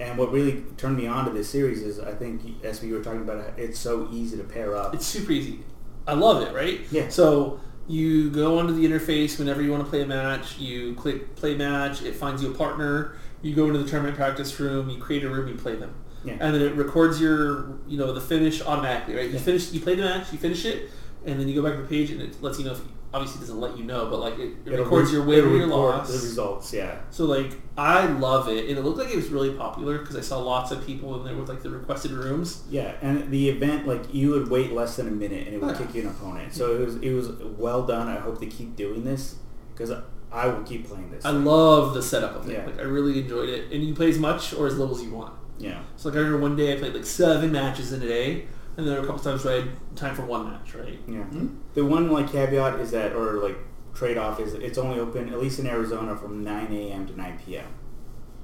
S3: And what really turned me on to this series is I think as we were talking about, it's so easy to pair up.
S2: It's super easy. I love it, right?
S3: Yeah.
S2: So you go onto the interface whenever you want to play a match. You click play match. It finds you a partner. You go into the tournament practice room. You create a room. You play them.
S3: Yeah.
S2: And then it records your, you know, the finish automatically, right? You
S3: Yeah.
S2: finish, you play the match, you finish it, and then you go back to the page, and it lets you know. if Obviously, it doesn't let you know, but like it, it
S3: It'll
S2: records
S3: re-
S2: your win
S3: it'll
S2: or your
S3: record
S2: loss.
S3: The results, yeah.
S2: So like I love it, and it looked like it was really popular because I saw lots of people in there with like the requested rooms.
S3: Yeah, and the event like you would wait less than a minute and it would
S2: Yeah.
S3: kick you an opponent. So it was it was well done. I hope they keep doing this because I will keep playing this.
S2: I love the setup of it.
S3: Yeah.
S2: Like I really enjoyed it, and you play as much or as little as you want.
S3: yeah,
S2: So like I remember one day I played like seven matches in a day, and there were a couple times where I had time for one match, right?
S3: yeah.
S1: Hmm?
S3: The one like caveat is that or like trade off is it's only open at least in Arizona from 9 a.m. to 9 p.m.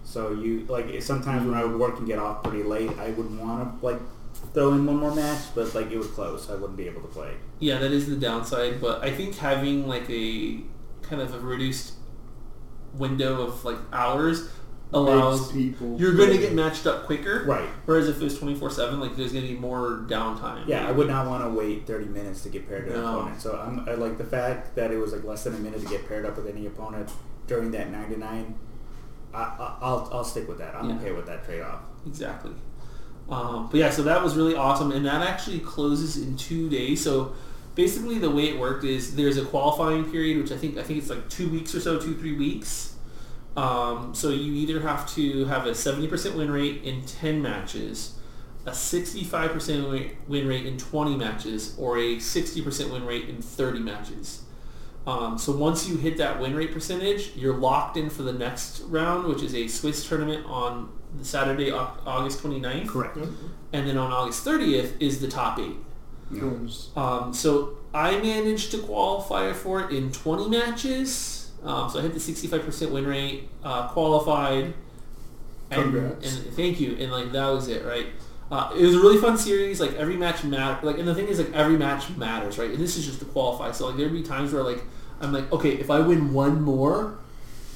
S3: So you like sometimes when I
S2: Hmm.
S3: would work and get off pretty late, I would want to like throw in one more match, but like it would close, so I wouldn't be able to play.
S2: Yeah, that is the downside, but I think having like a kind of a reduced window of like hours
S1: Makes
S2: allows
S1: people.
S2: you're going to get matched up quicker.
S3: Right.
S2: Whereas if it was twenty four seven, like there's going to be more downtime.
S3: Yeah, I would not want to wait 30 minutes to get paired up with an
S2: No.
S3: opponent. So I'm, I like the fact that it was like less than a minute to get paired up with any opponent during that 99. I, I, I'll, I'll stick with that. I'm
S2: Yeah.
S3: okay with that trade off.
S2: Exactly. Um, but yeah, so that was really awesome, and that actually closes in two days. So basically, the way it worked is there's a qualifying period, which I think I think it's like two weeks or so, two three weeks. Um, so you either have to have a seventy percent win rate in ten matches, a sixty-five percent win rate in twenty matches, or a sixty percent win rate in thirty matches. Um, so once you hit that win rate percentage, you're locked in for the next round, which is a Swiss tournament on Saturday, Au- August 29th.
S3: Correct.
S2: And then on August 30th is the top eight.
S1: Films.
S2: Um, so I managed to qualify for it in 20 matches. Um, so I hit the 65% win rate, uh, qualified. And,
S1: Congrats.
S2: and thank you. And like that was it, right? Uh, it was a really fun series. Like every match matter. Like and the thing is, like every match matters, right? And this is just to qualify. So like there'd be times where like I'm like, okay, if I win one more,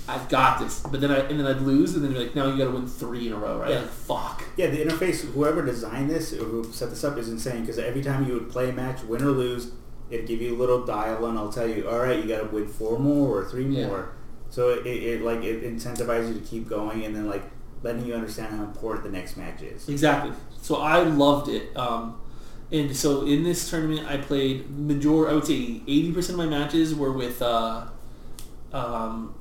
S2: I've got this. But then I and then I'd lose, and then you're like, now you got to win three in a row, right?
S3: Yeah.
S2: Like, fuck.
S3: Yeah, the interface, whoever designed this or who set this up is insane because every time you would play a match, win or lose, it'd give you a little dial and I'll tell you, all right, you got to win four more or three
S2: Yeah.
S3: more. So it, it like it incentivizes you to keep going and then like letting you understand how important the next match is.
S2: Exactly. So I loved it. Um, And so in this tournament, I played major. I would say eighty percent of my matches were with uh, um,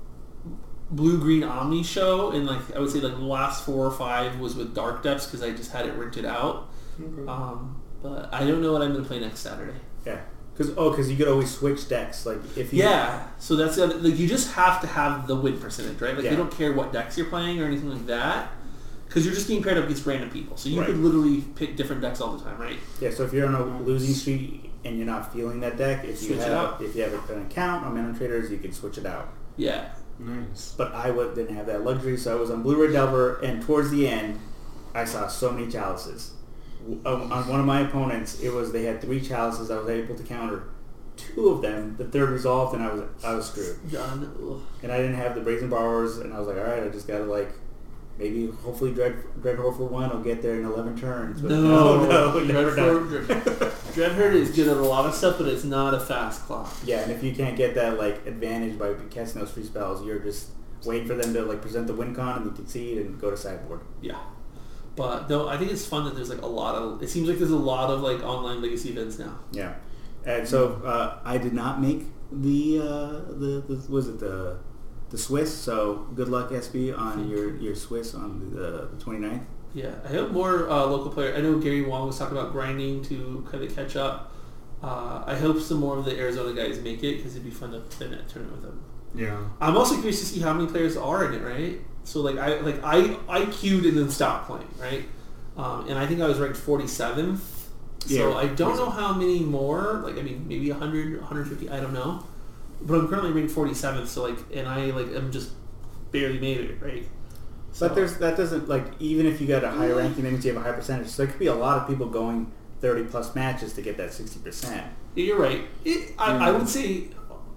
S2: Blue Green Omni show, and like I would say like the last four or five was with Dark Depths because I just had it rented out.
S1: Okay.
S2: Um, but I don't know what I'm going to play next Saturday.
S3: Yeah. Because oh, because you could always switch decks. Like if you
S2: Yeah, so that's the other, like you just have to have the win percentage, right? Like
S3: Yeah.
S2: they don't care what decks you're playing or anything like that, because you're just being paired up against random people. So you
S3: Right.
S2: could literally pick different decks all the time, right?
S3: Yeah, so if you're on a losing streak and you're not feeling that deck, if you
S2: Switch it
S3: have
S2: out.
S3: if you have an account on Mana Traders, you can switch it out.
S2: Yeah,
S1: Nice.
S3: But I w- didn't have that luxury, so I was on Blue Red Delver, and towards the end, I saw so many chalices. W- uh, On on one of my opponents, it was they had three chalices. I was able to counter two of them. The third resolved, and I was I was screwed.
S2: done. Ugh.
S3: And I didn't have the Brazen Borrowers, and I was like, all right, I just gotta like. Maybe hopefully Dread Dreadhorde for one will get there in eleven turns. But
S2: No,
S3: no, no, never done.
S2: Dreadhorde, [LAUGHS] Dreadhorde is good at a lot of stuff, but it's not a fast clock.
S3: Yeah, and if you can't get that like advantage by casting those free spells, you're just waiting for them to like present the win con and you concede and go to sideboard.
S2: Yeah. But though I think it's fun that there's like a lot of it seems like there's a lot of like online legacy events now.
S3: Yeah, and so uh, I did not make the uh, the, the was it the the Swiss. So good luck SB on your your Swiss on the, the 29th.
S2: Yeah, I hope more uh, local player. I know Gary Wong was talking about grinding to kind of catch up. Uh, I hope some more of the Arizona guys make it because it'd be fun to play that tournament with them.
S1: Yeah.
S2: I'm also curious to see how many players are in it, right? So like I like I I queued and then stopped playing, right? Um, and I think I was ranked 47th.
S3: Yeah.
S2: So I don't know how many more. Like I mean, maybe 100, 150. I don't know. But I'm currently ranked 47th. So like, and I like am just barely made it, right? So Mm-hmm.
S3: But there's that doesn't like even if you got a high ranking, that means you have a high percentage. So there could be a lot of people going 30 plus matches to get that 60 percent.
S2: you're right. It, I, I
S1: Yeah.
S2: would say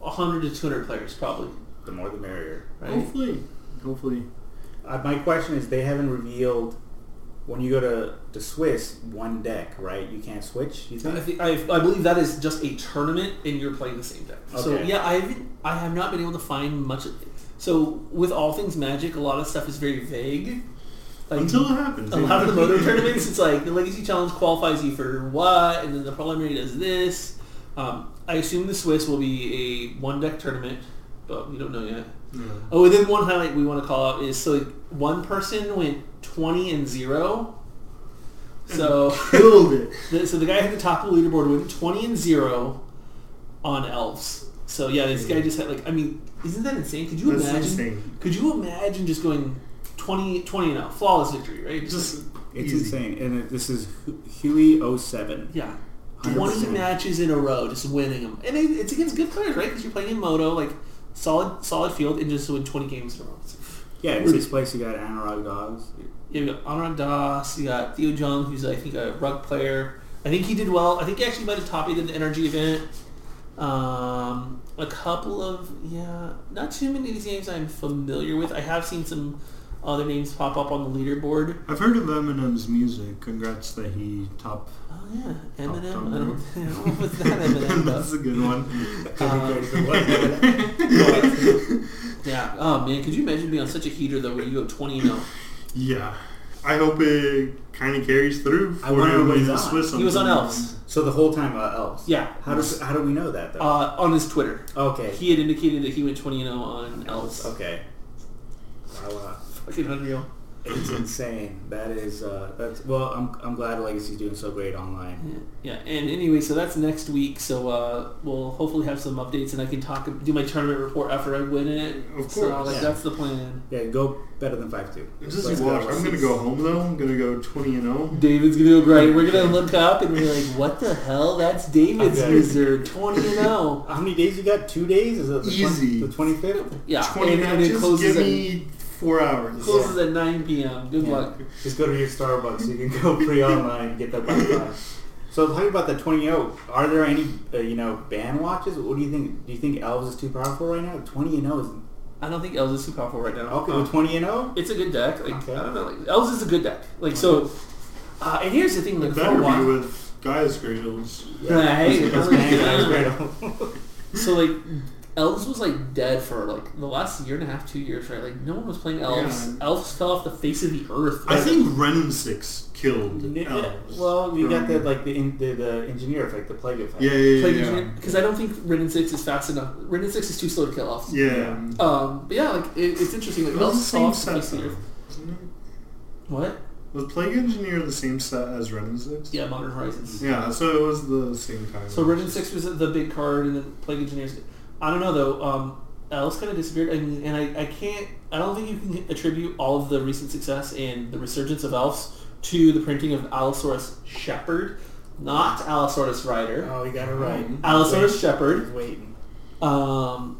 S2: 100 to 200 players probably.
S3: The more the merrier.
S2: Right?
S1: Hopefully. Hopefully.
S3: Uh, my question is, they haven't revealed when you go to to Swiss one deck, right? You can't switch. You
S2: I,
S3: think?
S2: think, I, I believe that is just a tournament, and you're playing the same deck. So
S3: Okay.
S2: yeah, I haven't, I have not been able to find much. Of, so with all things magic, a lot of stuff is very vague. Like
S1: Until it happens.
S2: a lot of the moto tournaments, it's like the legacy challenge qualifies you for what, and then the preliminary does this. Um, I assume the Swiss will be a one deck tournament, but we don't know yet.
S1: Yeah.
S2: Oh, and then one highlight we want to call out is so like, one person went twenty and zero.
S1: [LAUGHS]
S2: So.
S1: Killed it.
S2: The, so the guy at the top of the leaderboard went 20 and 0 on elves. So yeah, this guy just had like I mean, isn't that insane? Could you
S1: That's
S2: imagine?
S1: insane.
S2: Could you imagine just going 20 20 and 0, flawless victory, right? Just
S1: Just
S3: It's
S1: easy.
S3: insane. And it- this is Hu- Huey 07.
S2: yeah. 20
S3: 100%.
S2: matches in a row, just winning them, and it, it's against good players, right? Because you're playing in Moto, like solid, solid field, and just win 20 games in a row. It's-
S3: Yeah, in sixth place you got Anurag Dogs.
S2: Yeah, we got Anurag Das. You got Theo Jung, who's I think a rug player. I think he did well. I think he actually might have top eight in the energy event. Um, a couple of yeah, not too many of these names I'm familiar with. I have seen some other names pop up on the leaderboard.
S1: I've heard of Eminem's music. Congrats that he top.
S2: Oh yeah,
S1: Top
S2: Eminem.
S1: down
S2: I don't, [LAUGHS] I
S1: there.
S2: don't know what's that
S1: [LAUGHS]
S2: Eminem
S1: That's
S2: though.
S1: a good one.
S3: Uh,
S1: [LAUGHS]
S2: Yeah. Oh man, could you imagine being on such a heater though, where you go twenty and oh? 0?
S1: [LAUGHS] Yeah. I hope it kind of carries through.
S3: I wonder
S1: for
S3: what he's
S1: the
S3: on.
S1: Swiss
S2: He was on
S1: sometime.
S2: Elves.
S3: [LAUGHS] so the whole time uh, elves.
S2: Yeah.
S3: How does how do we know that though?
S2: Uh, on his Twitter,
S3: okay.
S2: he had indicated that he went twenty and 0 on Elves.
S3: okay. Wow, wow.
S2: Fucking unreal.
S3: It's insane. That is uh, that's well. I'm, I'm glad Legacy's doing so great online.
S2: Yeah, and anyway, so that's next week. So uh, we'll hopefully have some updates, and I can talk do my tournament report after I win it.
S1: Of
S2: so
S1: course.
S2: like, that's the plan.
S3: Yeah, go better than five two.
S1: Just watch. I'm gonna go home though. I'm gonna go 20 and oh. 0.
S2: David's gonna go great. We're gonna look up and we're like, what the hell? That's David's
S3: Okay.
S2: wizard, twenty and oh." zero.
S3: How many days you got? Two days? Is it the
S1: Easy.
S3: 20, the 25th?
S2: Yeah,
S1: 20
S2: and, and it
S1: matches.
S2: closes
S1: Give
S2: at,
S1: me four hours.
S2: closes at nine p.m. Good luck.
S3: Just go to your Starbucks. You can go pre-online and get that Wi-Fi. So talking about the 20-0, are there any uh, you know ban watches? What do you think? Do you think Elves is too powerful right now? 20 and 0 is
S2: I don't think Elves is too powerful right now.
S3: okay.
S2: Um,
S3: with oh? 20 and [LAUGHS] 0.
S2: it's a good deck. Like
S3: Okay.
S2: I don't know, like, Elves is a good deck. Like so, uh, and here's the thing. Like
S1: It
S2: for
S1: better
S2: a while, [LAUGHS]
S1: be with guys' gradles.
S2: Right.
S3: [LAUGHS] It's banned, it's banned.
S2: So like Elves was like dead for like the last year and a half, two years, right? Like no one was playing Elves.
S1: Yeah.
S2: Elves fell off the face of the earth.
S1: I think Ren six killed
S3: Yeah,
S1: elves.
S3: Well, you got
S1: from-
S3: the like the, in, the the engineer effect, the plague effect.
S1: Yeah, yeah,
S2: Plague
S1: yeah. yeah.
S2: because I don't think Ridden Six is fast enough. Ridden Six is too slow to kill Elves.
S1: Yeah. Oh,
S2: Um, but yeah, like it, it's interesting. Like
S1: It was the
S2: Elves fell
S1: same set,
S2: off the face of the
S1: though,
S2: earth.
S1: wasn't it?
S2: What?
S1: Was Plague Engineer the same set as Ren and Six?
S2: Yeah, Modern Horizons.
S1: Yeah, so it was the same kind.
S2: So Ridden Six was the big card, and then Plague Engineers. I don't know though. Um, Elves kind of disappeared, and, and I, I can't. I don't think you can attribute all of the recent success and the resurgence of Elves to the printing of Allosaurus Shepherd, not Allosaurus Rider.
S3: Oh, you got it right.
S2: Allosaurus
S3: Wait,
S2: Shepherd.
S3: waiting.
S2: Um,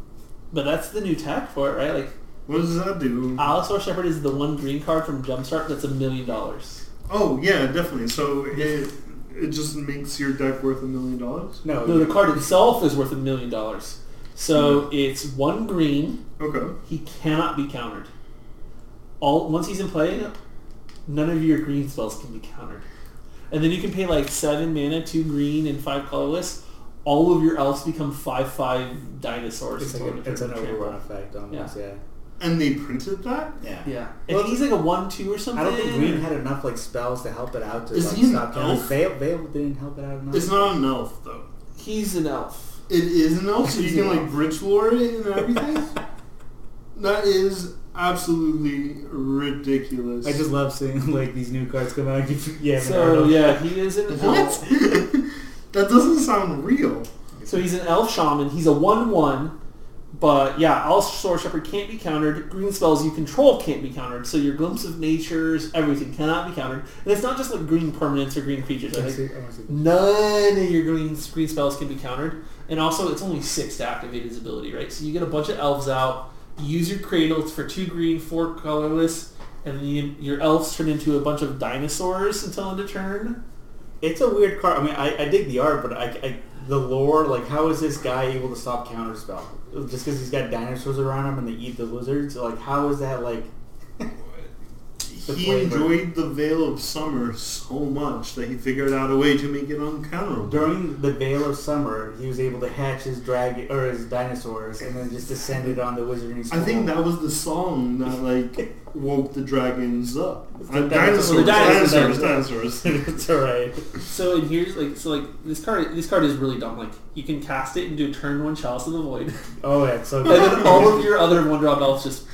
S2: but that's the new tech for it, right? Like
S1: What does that
S2: Uh,
S1: do?
S2: Allosaurus Shepherd is the one green card from Jumpstart that's a million dollars.
S1: oh yeah, definitely. So it it just makes your deck worth a million dollars.
S3: No,
S2: No, the card itself is worth a million dollars. So it's one green.
S1: Okay.
S2: He cannot be countered. All once he's in play, none of your green spells can be countered. And then you can pay like seven mana, two green, and five colorless. All of your elves become five five dinosaurs.
S3: it's,
S2: is
S3: like
S2: what
S3: a, it's an
S2: turned
S3: overrun
S2: into.
S3: effect almost. Yeah.
S1: And they printed that.
S3: Yeah.
S2: Yeah,
S3: Well,
S2: and he's like a one two or something.
S3: I don't think Green had enough like spells to help it out to
S1: Is
S3: like,
S1: he an
S3: stop counting.
S1: elf?
S3: Vale, Vale didn't help it out enough.
S1: It's not an elf though.
S2: He's an elf.
S1: It is an elf, so
S2: It's
S1: you can
S2: an
S1: like
S2: elf.
S1: bridge lore it and everything. [LAUGHS] that is absolutely ridiculous.
S3: I just love seeing [LAUGHS] like these new cards come out. [LAUGHS] yeah.
S2: So yeah, he is an
S1: what?
S2: elf.
S1: [LAUGHS] that doesn't sound real.
S2: So he's an elf shaman. He's a one one. But yeah, Allosaurus Shepherd can't be countered. Green spells you control can't be countered. So your glimpse of natures, everything cannot be countered. And it's not just like green permanents or green creatures.
S3: I wanna
S2: Like,
S3: see- I wanna see-
S2: none of your green green spells can be countered. And also, it's only six to activate his ability, right? So you get a bunch of elves out. You use your cradle for two green, four colorless, and then you, your elves turn into a bunch of dinosaurs until end of turn.
S3: It's a weird card. I mean, I, I dig the art, but I, I the lore. Like, how is this guy able to stop counter spell? Just because he's got dinosaurs around him and they eat the lizards. Like, how is that like? [LAUGHS] The
S1: He
S3: flavor.
S1: enjoyed the Veil of Summer so much that he figured out a way to make it uncounterable.
S3: During the Veil of Summer, he was able to hatch his dragon or his dinosaurs, and then just descended on the wizarding
S1: I
S3: school.
S1: think that was the song that like woke the dragons up.
S3: the
S1: Uh,
S3: dinosaurs.
S1: dinosaurs,
S2: The dinosaurs,
S1: dinosaurs,
S3: dinosaurs.
S1: dinosaurs.
S3: [LAUGHS] it's alright.
S2: So and here's like so like this card this card is really dumb. Like you can cast it and do turn one chalice of the void, [LAUGHS]
S3: Oh, that's so
S2: and
S3: good.
S2: then all of your other one drop elves just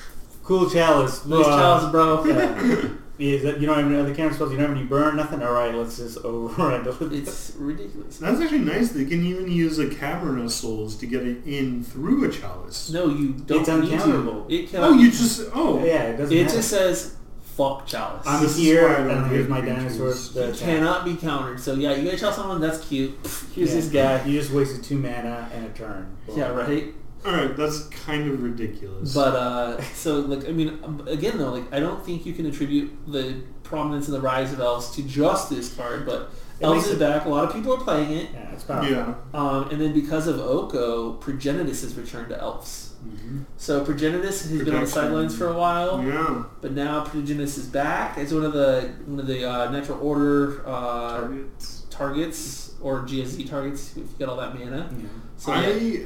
S3: cool chalice.
S2: these
S3: Wow.
S2: chalice, bro.
S3: [LAUGHS] Yeah. Yeah, is that- you don't have any other counter spells. You don't have any burn. Nothing. All right, let's just override it. [LAUGHS]
S2: It's ridiculous.
S1: [LAUGHS] That's actually nice. They can even use a Cavern of Souls to get it in through a chalice.
S2: No, you don't
S3: It's
S2: need to.
S3: uncounterable.
S2: It cannot.
S1: Oh, you just oh
S3: Yeah, it doesn't
S2: it
S3: matter.
S2: just says fuck chalice.
S3: I'm
S1: This is
S3: here,
S1: why I don't
S3: and
S1: hate
S3: here's my
S1: creatures.
S3: dinosaurs.
S2: It cannot be countered. So yeah, you get a chalice on one. That's cute. Pfft, Here's this guy.
S3: You just wasted two mana and a turn. Boom.
S2: Yeah, right.
S1: All right, that's kind of ridiculous.
S2: But uh, so like I mean, um, again though, like I don't think you can attribute the prominence and the rise of elves to just this card, but
S3: It
S2: elves
S3: makes
S2: is
S3: it-
S2: back. A lot of people are playing it.
S3: Yeah, it's powerful.
S1: yeah,
S2: Um, and then because of Oko, Progenitus has returned to Elves.
S3: Mhm.
S2: So Progenitus has been on the
S1: Protection.
S2: sidelines for a while,
S1: yeah.
S2: but now Progenitus is back as one of the one of the uh, natural order uh,
S1: Targets.
S2: targets or GSZ targets. If you get all that mana,
S3: Yeah.
S2: so
S1: I
S2: yeah,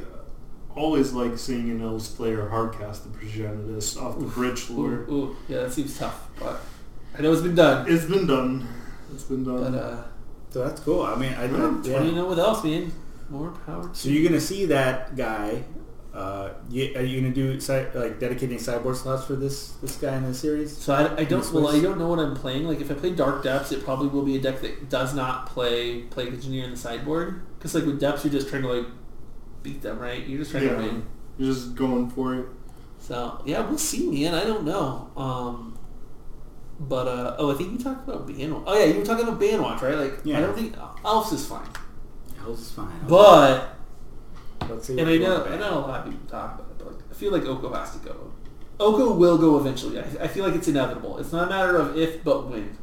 S1: always like seeing an elves player hardcast the Progenitus off the bridge
S2: ooh,
S1: lore.
S2: ooh, yeah, that seems tough, but I know it's been done.
S1: It's been done. It's been
S2: But
S1: done.
S2: uh,
S3: So that's cool. I mean, I
S1: Yeah.
S2: what do you
S3: yeah.
S2: know with elves, man? More power.
S3: So you're gonna see that guy. Uh, you, are you gonna do cy- like dedicating cyborg slots for this this guy in the series?
S2: So I, I don't
S3: This
S2: well
S3: was-
S2: I don't know what I'm playing. Like if I play Dark Depths, it probably will be a deck that does not play Plague Engineer in the sideboard. Because like with Depths, you're just trying to like beat them, right? You're just trying
S1: Yeah.
S2: to win.
S1: You're just going for it.
S2: So yeah, we'll see, man. I don't know. Um, but uh, oh, I think you talked about Banwatch. Oh yeah, you were talking about Banwatch, right? Like I
S3: Yeah.
S2: don't think Elves is fine,
S3: Hell's is fine.
S2: but
S3: Let's see.
S2: and
S3: what
S2: I
S3: you
S2: know
S3: want
S2: I
S3: back.
S2: know a lot of people talk about it, but like, I feel like Oko has to go. Oko will go eventually. I, I feel like it's inevitable. It's not a matter of if, but when.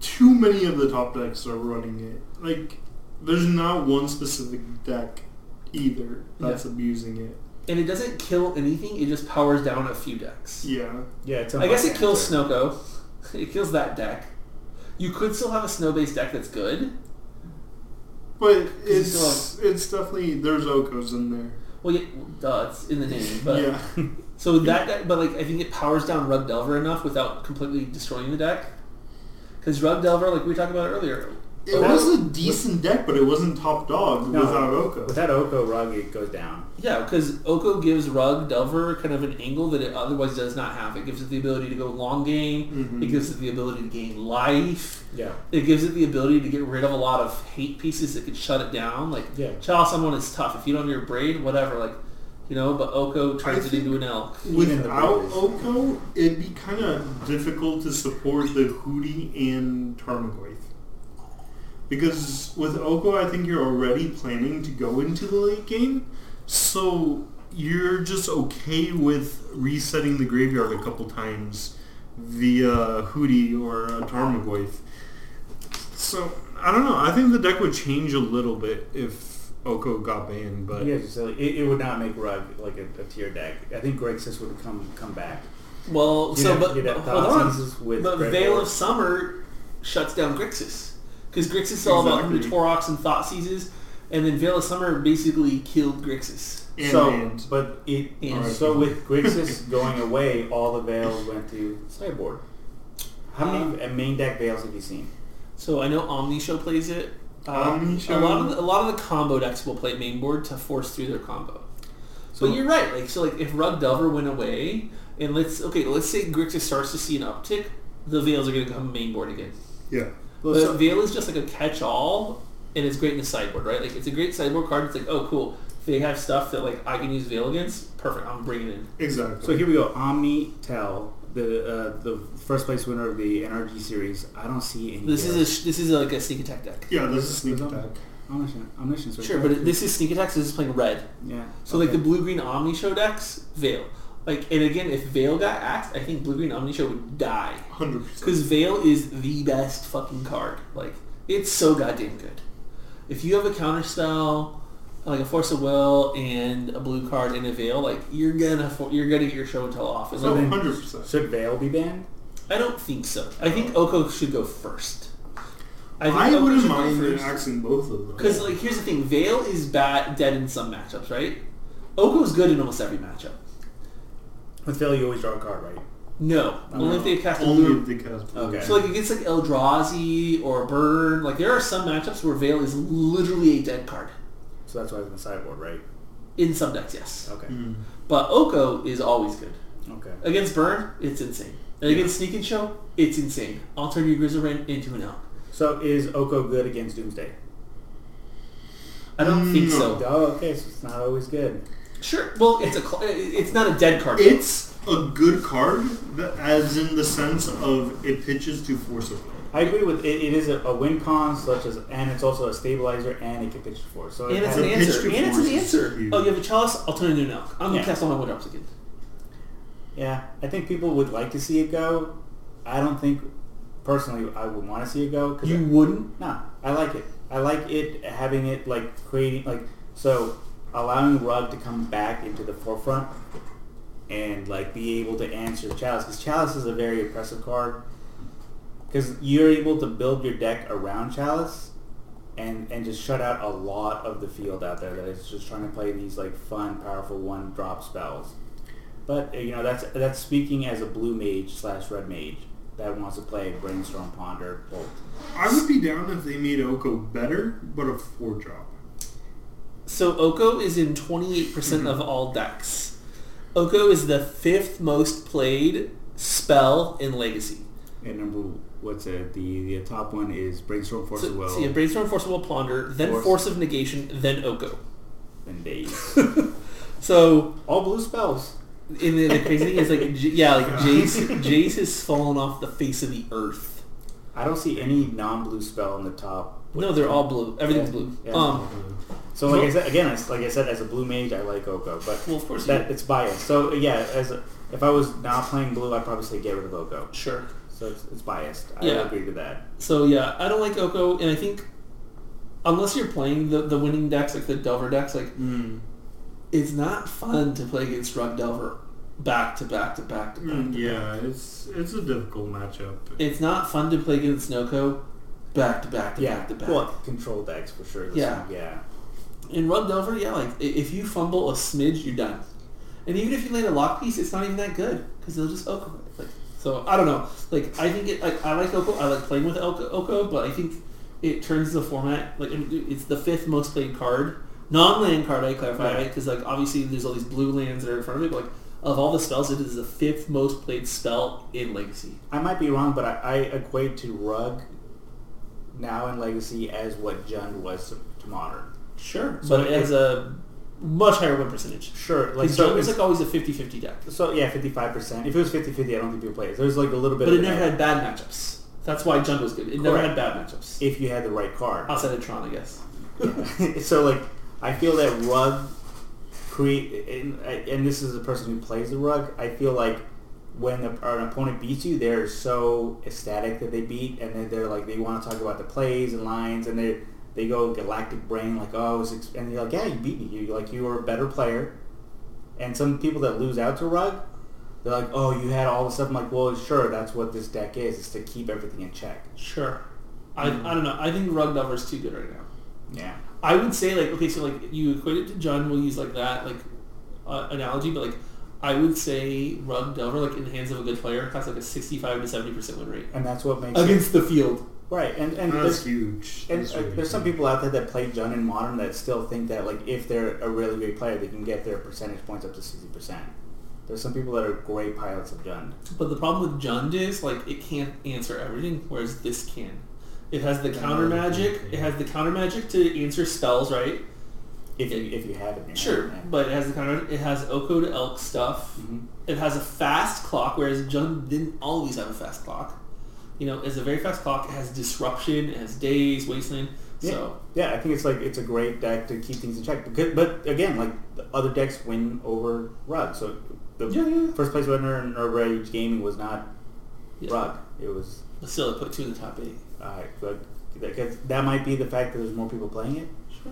S1: Too many of the top decks are running it. Like, there's not one specific deck either that's abusing it.
S2: And it doesn't kill anything, it just powers down a few decks.
S1: Yeah.
S3: Yeah, it's
S2: I guess it kills Snoko. [LAUGHS] It kills that deck. You could still have a snow based deck that's good.
S1: But
S2: you
S1: it's it's definitely there's Okos in there.
S2: Well, yeah, duh, it's in the name. But [LAUGHS]
S1: yeah.
S2: so that guy, but like I think it powers down Rug Delver enough without completely destroying the deck. Because Rug Delver, like we talked about earlier,
S1: It
S3: Without-
S1: was a decent deck, but it wasn't top dog
S3: No.
S1: without Oko.
S3: Without Oko, Rug, it goes down.
S2: yeah, because Oko gives Rug Delver kind of an angle that it otherwise does not have. It gives it the ability to go long game.
S1: Mhm.
S2: It gives it the ability to gain life.
S3: Yeah.
S2: It gives it the ability to get rid of a lot of hate pieces that could shut it down. Like
S3: Yeah.
S2: Child Someone is tough. If you don't have your braid, whatever, like you know, but Oko turns
S1: I
S2: it
S1: think-
S2: into an elk.
S3: Even the
S1: Without
S3: Braves.
S1: Oko, it'd be kind of difficult to support the Hootie and Tarmogoyf. Because with Oko, I think you're already planning to go into the late game, so you're just okay with resetting the graveyard a couple times via Hootie or a Tarmogoyf. So, I don't know. I think the deck would change a little bit if Oko got banned, but...
S3: yeah, so it, it would not make Rug like a, a tier deck. I think Grixis would come come back.
S2: Well,
S3: You'd
S2: so
S3: have-
S2: but,
S3: you'd
S2: but
S3: have
S2: hold
S3: Thoughtseize
S2: on.
S3: with
S2: but
S3: Greg
S2: Veil
S3: Ward.
S2: of Summer shuts down Grixis because Grixis is all about the
S1: Exactly.
S2: Torox and Thought Seizes, and then Veil of Summer basically killed Grixis.
S1: And
S3: so,
S1: banned.
S3: but it uh,
S2: And-
S3: so with Grixis going away, all the veils went to sideboard. How many uh, main deck veils have you seen?
S2: So I know Omni Show plays it. Um,
S1: Omnishow.
S2: A lot of the, a lot of the combo decks will play main board to force through their combo.
S3: So-
S2: but you're right. Like so, like if Rug Delver went away, and let's okay, let's say Grixis starts to see an uptick, the Veils are going to come main board again.
S1: Yeah.
S3: Well,
S2: but
S3: so-
S2: Veil is just like a catch-all, and it's great in the sideboard, right? Like it's a great sideboard card. It's like oh cool, they have stuff that like I can use Veil against. Perfect, I'm bringing it in.
S1: Exactly.
S3: So here we go. Omni Tell, the uh, the first place winner of the NRG series. I don't see any.
S2: This is
S3: veils.
S2: a, this is like a sneak attack deck.
S1: Yeah, this is sneak
S3: There's
S1: attack.
S3: omniscient. Omniscience. right
S2: Sure,
S3: there.
S2: but it, this is sneak attack, so this is playing red.
S3: yeah.
S2: So like the blue green Omni Show decks, Veil. Like and again, if Veil got axed, I think blue green Omni Show would die.
S1: Hundred percent.
S2: Because Veil is the best fucking card. Like it's so goddamn good. If you have a counter spell, like a force of will and a blue card and a veil, like you're gonna fo- you're gonna get your show and tell off. And
S1: So
S2: like,
S1: hundred percent.
S3: should veil be banned?
S2: I don't think so. I think Oko should go first. think
S1: Oh. I
S2: Oko
S1: wouldn't
S2: should go
S1: mind
S2: first.
S1: axing both of them.
S2: Because like here's the thing, Veil is bad dead in some matchups, right? Oko's good in almost every matchup.
S3: With veil, you always draw a card, right?
S2: No,
S3: No.
S2: only if they cast a
S1: only
S2: lure.
S1: if they cast blue.
S3: Okay.
S2: So like against like Eldrazi or Burn, like there are some matchups where Veil is literally a dead card.
S3: So that's why it's in the sideboard, right?
S2: In some decks, yes.
S3: Okay.
S1: Mm.
S2: But Oko is always good.
S3: Okay.
S2: Against Burn, it's insane. And against Sneak and Show, it's insane. I'll turn your Grizzlerain into an elk.
S3: So is Oko good against Doomsday?
S2: I don't
S1: Mm,
S2: think
S1: No.
S2: so.
S3: Oh, okay. So it's not always good.
S2: Sure. Well, it's a cl- it's not a dead card.
S1: It's a good card, but as in the sense of it pitches to force a play.
S3: I agree with it. It is a, a win con, such as, and it's also a stabilizer, and it can pitch for. So
S2: and
S3: it
S2: it's
S3: has-
S2: an
S1: The pitch
S2: answer.
S1: to
S2: And it's an
S1: force is
S2: answer.
S1: huge.
S2: Oh, you have a chalice. I'll turn it into an elk. I'm
S3: Yeah.
S2: gonna cast all my wood drops again.
S3: yeah. I think people would like to see it go. I don't think personally I would want to see it go. 'cause
S2: You wouldn't.
S3: No, I like it. I like it having it like creating like so allowing Rug to come back into the forefront and like be able to answer Chalice because Chalice is a very oppressive card because you're able to build your deck around Chalice and and just shut out a lot of the field out there that is just trying to play these like fun powerful one drop spells. But uh, you know that's that's speaking as a blue mage slash red mage that wants to play brainstorm ponder bolt.
S1: I would be down if they made Oko better, but a four drop.
S2: So Oko is in 28% percent
S3: Mm-hmm.
S2: of all decks. Oko is the fifth most played spell in Legacy.
S3: And number what's it? The the top one is brainstorm force of
S2: So,
S3: will.
S2: so you have Brainstorm, Force of Will, Ponder, then Force,
S3: Force.
S2: of Negation, then Oko. [LAUGHS]
S3: and days.
S2: So
S3: All blue spells.
S2: in the, the crazy thing is like J- yeah,
S3: [LAUGHS]
S2: like Jace Jace has fallen off the face of the earth.
S3: I don't see any non-blue spell in the top.
S2: No, they're all blue. Everything's
S3: Yeah,
S2: blue.
S3: yeah.
S2: Um,
S3: So like I said again, I s like I said, as a blue mage, I like Oko, but
S2: well, of course you
S3: that it's biased. So yeah, as a, if I was not playing blue, I'd probably say get rid of Oko.
S2: sure.
S3: So it's, it's biased. I
S2: Yeah.
S3: agree to that.
S2: So yeah, I don't like Oko, and I think unless you're playing the, the winning decks like the Delver decks, like
S1: Mm.
S2: it's not fun to play against Rug Delver back to back to back to back.
S1: Mm, yeah, it's it's a difficult matchup.
S2: It's not fun to play against Snoko back to back to
S3: Yeah.
S2: back to back.
S3: Well, control decks for sure. This
S2: Yeah.
S3: one, yeah.
S2: In Rug Delver, yeah, like i- if you fumble a smidge, you're done. And even if you land a lock piece, it's not even that good because they'll just Oko it. Like so, I don't know. Like I think it. Like I like Oko. I like playing with Oko, Oko but I think it turns the format. Like I mean, it's the fifth most played card, non-land card. I clarify,
S3: Right.
S2: right? Because like obviously there's all these blue lands that are in front of it. But, like of all the spells, it is the fifth most played spell in Legacy.
S3: I might be wrong, but I, I equate to Rug now in Legacy as what Jund was to, to Modern.
S2: Sure,
S3: So
S2: but it
S3: it-
S2: has a much higher win percentage.
S3: Sure, like
S2: Like
S3: so,
S2: so, it's
S3: it's-
S2: like always a 50-50 deck,
S3: so yeah, fifty five percent. If it was 50-50, I don't think people play it. There's like a little bit.
S2: but it
S3: of an
S2: never
S3: edge
S2: had bad matchups. That's why Jund was good. It never had
S3: Correct.
S2: bad matchups
S3: if you had the right card.
S2: outside of Tron, I guess.
S3: [LAUGHS] so like, I feel that Rug create, and, and this is the person who plays the Rug. I feel like when the, an opponent beats you, they're so ecstatic that they beat, and then they're like they want to talk about the plays and lines, and they they go galactic brain like oh, I was ex-, and you're like yeah, you beat me. You like you were a better player. And some people that lose out to Rug, they're like oh, you had all this stuff. I'm like well, sure, that's what this deck is. It's to keep everything in check.
S2: Sure, I, I don't know. I think Rug Delver's too good right now.
S3: Yeah.
S2: I would say like okay, so like you equate it to Jund, we'll use like that like uh, analogy, but like I would say Rug Delver like in the hands of a good player has like a sixty-five to seventy percent win rate
S3: And that's what makes it
S2: against the field.
S3: Right, and and
S1: That's
S3: there's,
S1: huge.
S3: and
S1: That's
S3: uh,
S1: really
S3: there's some
S1: huge.
S3: people out there that play Jun in Modern that still think that like if they're a really great player, they can get their percentage points up to sixty percent. There's some people that are great pilots of Jun.
S2: But the problem with Jund is like it can't answer everything, whereas this can. It has the counter magic. It has the counter magic to answer spells, right?
S3: If you if you have it, in your
S2: Sure,
S3: hand,
S2: but it has the counter. It has Oko to Elk stuff.
S3: yeah. Mhm.
S2: It has a fast clock, whereas Jund didn't always have a fast clock. You know, it's a very fast clock. It has disruption. It has days, wasteland. So
S3: yeah, I think it's like it's a great deck to keep things in check. Because, but again, like the other decks win over Rug. So the
S2: Yeah, yeah, yeah.
S3: first place winner in Nerve Rage Gaming was not
S2: yeah.
S3: Rug. It was
S2: But still, it put two in the top eight.
S3: uh, but because that might be the fact that there's more people playing it.
S2: Sure.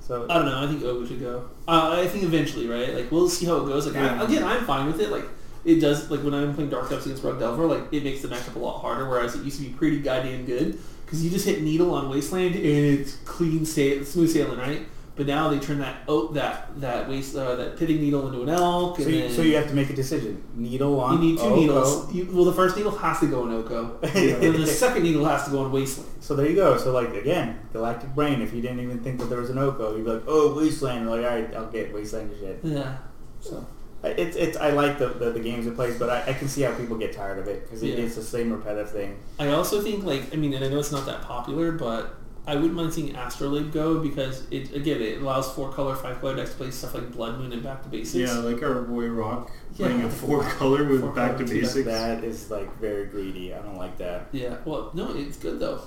S3: So
S2: I don't know. I think Ogo should go. Uh, I think eventually, right? Like we'll see how it goes. Like
S1: Yeah.
S2: I, again, I'm fine with it. Like it does. Like when I'm playing Dark Depths against Rug Delver, like it makes the matchup a lot harder. Whereas it used to be pretty goddamn good because you just hit Needle on Wasteland and it's clean sail, smooth sailing, right? But now they turn that oh that that waste uh, that pitting needle into an elk.
S3: So
S2: and
S3: you, so
S2: then
S3: you have to make a decision. Needle
S2: you
S3: on.
S2: need two
S3: oh,
S2: needles. You, well, the first needle has to go in
S3: [LAUGHS]
S2: Oko, and then the second needle has to go on Wasteland.
S3: so there you go. So like again, Galactic Brain. If you didn't even think that there was an Oko, you'd be like, oh, Wasteland. You're like all right, I'll get Wasteland and shit.
S2: Yeah. So
S3: I- It's it's. I like the the, the games it plays, but I, I can see how people get tired of it because it,
S2: Yeah.
S3: it's the same repetitive thing.
S2: I also think like I mean, and I know it's not that popular, but I wouldn't mind seeing Astrolabe go because it again it allows four color, five color decks to play stuff like Blood Moon and Back to Basics.
S1: Yeah, like our boy Rock
S2: Yeah.
S1: playing a four color with
S2: Four
S1: back to
S2: color, two back,
S1: basics.
S3: That is like very greedy. I don't like that.
S2: Yeah. Well, no, it's good though.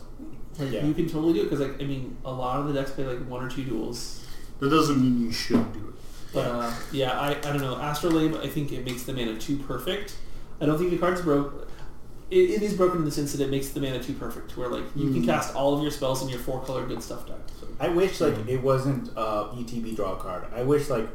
S2: Like,
S3: Yeah.
S2: You can totally do it because like I mean, a lot of the decks play like one or two duels.
S1: That doesn't mean you should do it.
S2: But uh, yeah, I, I don't know Astrolabe. I think it makes the mana two perfect. I don't think the card's broke. It, it is broken in the sense that it makes the mana two perfect, where like you can
S1: Mhm.
S2: cast all of your spells in your four color good stuff deck. So,
S3: I wish like
S2: Mm.
S1: Mhm.
S3: it wasn't uh, ETB draw card. I wish like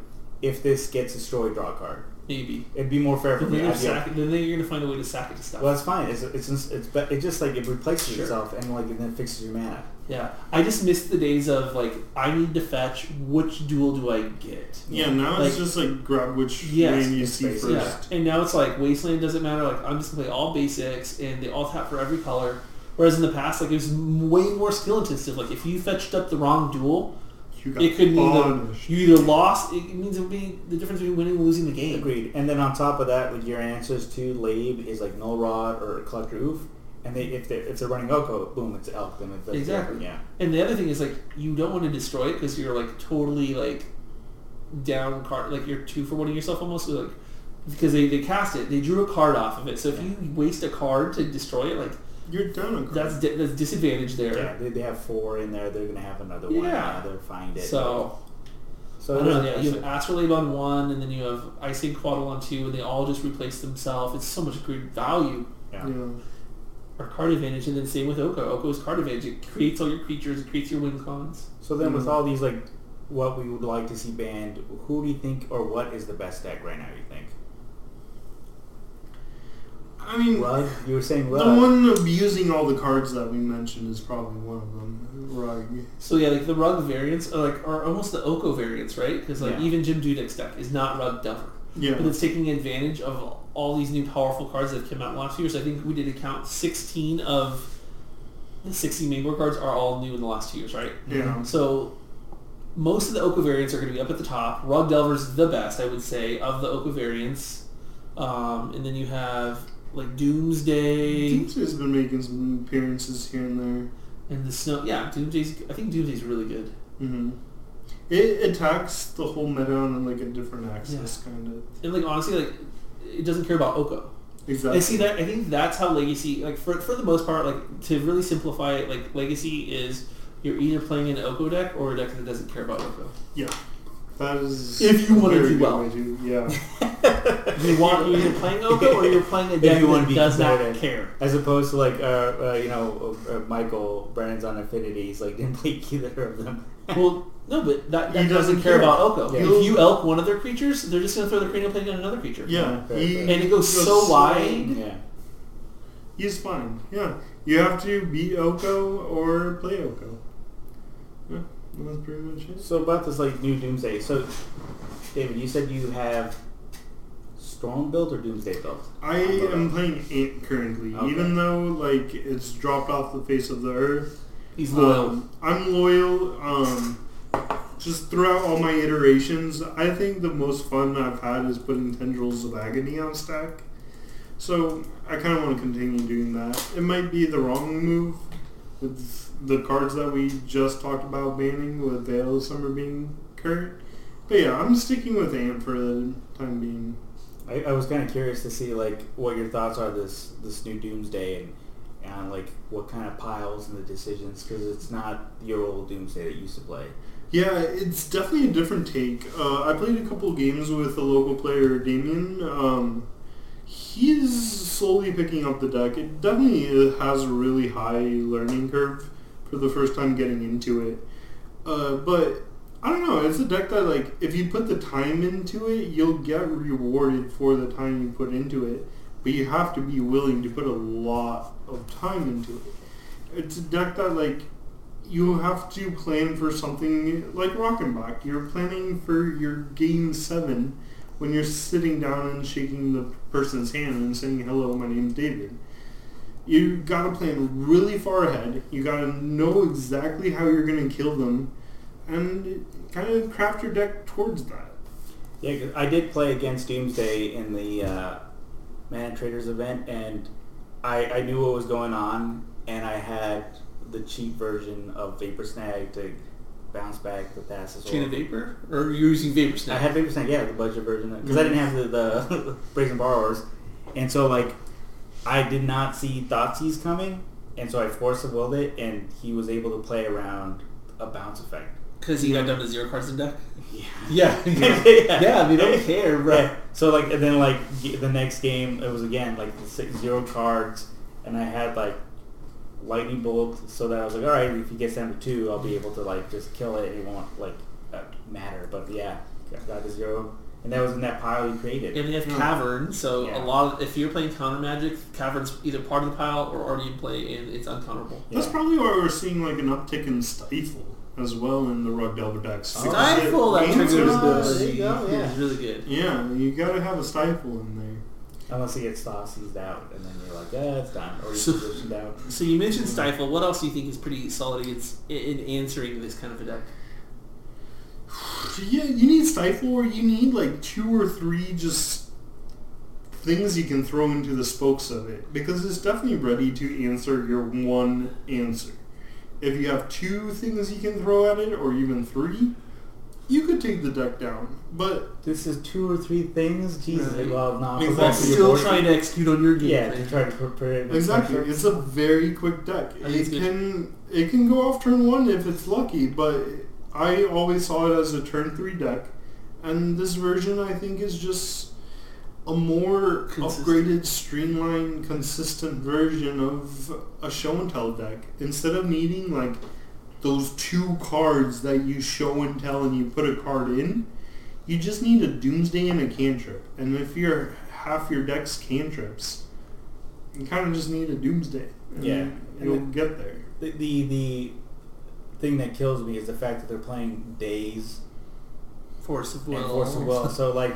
S3: if this gets destroyed, draw card.
S2: maybe.
S3: It'd be more fair for
S2: Then
S3: me.
S2: you're,
S3: I'd be-
S2: sack, then you're gonna find a way to sack it to stuff.
S3: Well, it's fine. It's it's it's, it's but it just like it replaces
S2: Sure.
S3: itself and like and then fixes your mana.
S2: Yeah, I just miss the days of like I need to fetch. Which duel do I get?
S1: Yeah, now
S2: Like-
S1: it's just like grab which
S2: Yes,
S1: man you
S3: it's
S1: see
S3: basic.
S1: first.
S2: Yeah, and now it's like Wasteland doesn't matter. Like I'm just gonna play all basics, and they all tap for every color. Whereas in the past, like it was m- way more skill intensive. Like if you fetched up the wrong duel,
S1: You got
S2: it could mean the,
S1: bombed.
S2: you either lost. It means it would be the difference between winning and losing the game.
S3: Agreed. And then on top of that, like your answers to Labe is like Null Rod or Collector Oof, and they if they if they're running Oko, boom, it's Elk. Then it's
S2: Exactly.
S3: Yeah.
S2: And the other thing is like you don't want to destroy it because you're like totally like down card like you're two for one of yourself almost so, like because they, they cast it they drew a card off of it so if you waste a card to destroy it like
S1: You're down on
S2: that's
S1: cards.
S2: di- that's disadvantage
S3: Yeah.
S2: there
S3: They, they have four in there. They're gonna have another one.
S2: Yeah.
S3: Yeah. They're find it.
S2: so I
S3: so
S2: don't know yeah
S3: yeah,
S2: you have Astrolabe on one and then you have Icing Quaddle on two and they all just replace themselves it's so much great value
S3: yeah.
S1: Yeah.
S2: or card advantage and then same with Oko Oko's card advantage it creates all your creatures it creates your win cons
S3: So then
S2: Mm-hmm.
S3: with all these like, what we would like to see banned, who do you think or what is the best deck right now? You think?
S1: I
S2: Mm.
S1: mean,
S3: Rug? You were saying
S1: the
S3: rug.
S1: one abusing all the cards that we mentioned is probably one of them. Rug.
S2: So yeah, like the rug variants are like are almost the Oko variants, right? Because like
S3: Yeah.
S2: even Jim Dudek's deck is not rug duffer, but
S1: Yeah.
S2: it's taking advantage of all these new powerful cards that came out last year. So I think we did a count sixteen of the sixteen main board cards are all new in the last two years, right?
S1: Yeah.
S2: So most of the Oka variants are going to be up at the top. Rug Delver's the best, I would say, of the Oka variants. Um, and then you have like Doomsday
S1: Doomsday's been making some appearances here and there.
S2: and the Snow. Yeah, Doomsday's. I think Doomsday's really good.
S1: hmm It attacks the whole meta on like a different axis, kind of.
S2: And like honestly, like it doesn't care about Oko.
S1: Exactly.
S2: I see that. I think that's how Legacy. Like for for the most part, like to really simplify it, like Legacy is you're either playing an Oko deck or a deck that doesn't care about Oko.
S1: That is.
S2: If you
S1: a
S2: wanna
S1: very
S2: do
S1: good
S2: well.
S1: way to-
S2: [LAUGHS]
S1: yeah.
S2: You want you're either playing Oko or you're playing a
S3: If
S2: deck
S3: you wanna
S2: that
S3: be
S2: does not
S3: competitive.
S2: care.
S3: As opposed to like, uh, uh, you know, uh, uh, Michael Brennan's on Affinity. He's like [LAUGHS] didn't play either of them.
S2: Well, no, but that,
S1: He
S2: that doesn't,
S1: doesn't
S2: care
S1: care.
S2: about Oko.
S3: Yeah.
S2: If you elk one of their creatures, they're just going to throw the cranial plate on another creature.
S1: Yeah.
S3: Fair,
S1: he
S3: fair.
S2: And it goes so wide.
S3: Yeah.
S1: He's fine. Yeah. You have to beat Oko or play Oko. Yeah. That's pretty much it.
S3: So about this like new Doomsday. So, David, you said you have Storm built or Doomsday built?
S1: I am playing Ant currently,
S3: Okay.
S1: even though like it's dropped off the face of the earth.
S2: He's loyal.
S1: Um, I'm loyal. Um, just throughout all my iterations, I think the most fun I've had is putting Tendrils of Agony on stack. So I kind of want to continue doing that. It might be the wrong move with the cards that we just talked about banning, with Veil of Summer being current. But yeah, I'm sticking with Ant for the time being.
S3: I, I was kind of curious to see like what your thoughts are this this new Doomsday and and like what kind of piles and the decisions because it's not your old Doomsday that you used to play.
S1: Yeah, it's definitely a different take. Uh, I played a couple games with a local player, Damien. Um, he's slowly picking up the deck. It definitely has a really high learning curve for the first time getting into it. Uh, but I don't know. It's a deck that, like, if you put the time into it, you'll get rewarded for the time you put into it. But you have to be willing to put a lot of time into it. It's a deck that, like, you have to plan for something like Rockenbach. You're planning for your game seven when you're sitting down and shaking the person's hand and saying, hello, my name's David. You gotta plan really far ahead. You gotta know exactly how you're gonna kill them and kind of craft your deck towards that.
S3: Yeah, 'cause I did play against Doomsday in the uh, Man Traders event, and I, I knew what was going on, and I had the cheap version of Vapor Snag to bounce back the passes.
S2: Chain of
S3: over.
S2: Vapor? Or you're using Vapor
S3: I
S2: Snap?
S3: had Vapor Snag, yeah, the budget version, because I didn't have the, the [LAUGHS] Brazen Borrowers, and so like I did not see Thoughtseize coming, and so I forced the willed it, and he was able to play around a bounce effect.
S2: Because he got down to zero cards in deck?
S3: Yeah.
S2: [LAUGHS] Yeah.
S3: Yeah.
S2: we don't care,
S3: Right. So like, and then like g- the next game, it was again like the six, zero cards, and I had like lightning bolt, so that I was like, all right, if he gets down to two, I'll be able to like just kill it. It won't like uh, matter. But yeah, I got the zero, and that was in that pile you created.
S2: And they have Cavern, so a
S3: Yeah.
S2: lot of, if you're playing Counter Magic, Cavern's either part of the pile or already in play and it's uncounterable.
S1: That's probably why we're seeing like an uptick in Stifle as well in the Rug Delver decks.
S3: Oh.
S2: Stifle, that
S1: Games
S2: triggers
S1: are-
S2: the...
S3: There you go, yeah.
S2: It's really good.
S1: Yeah, you gotta have a Stifle in there.
S3: Unless he gets Thoughtseize out, and then you're like, yeah, it's done,
S2: [LAUGHS]
S3: or he's
S2: So-
S3: positioned out.
S2: So you mentioned Stifle. What else do you think is pretty solid against in in answering this kind of a deck?
S1: So yeah, you need stifle, or you need like two or three just things you can throw into the spokes of it because it's definitely ready to answer your one answer. If you have two things you can throw at it, or even three, you could take the deck down. But
S3: This is two or three things. Jesus,
S2: Right.
S3: well, not
S1: Exactly.
S2: While
S1: That's your
S2: still
S1: board.
S2: trying to execute on your game [LAUGHS]
S3: Yeah,
S2: plan.
S3: to try to prepare the
S1: exactly,
S3: structure.
S1: it's a very quick deck.
S2: think
S1: It
S2: it's good.
S1: can it can go off turn one if it's lucky, but I always saw it as a turn three deck, and this version I think is just a more
S2: Consistent.
S1: upgraded, streamlined, consistent version of a show and tell deck. Instead of needing like those two cards that you show and tell and you put a card in, you just need a Doomsday and a cantrip. And if you're half your deck's cantrips, You kind of just need a doomsday. and
S3: Yeah.
S1: You'll get there.
S3: The, the the thing that kills me is the fact that they're playing days
S2: Force of will.
S3: and
S1: [LAUGHS]
S3: force of will. So like,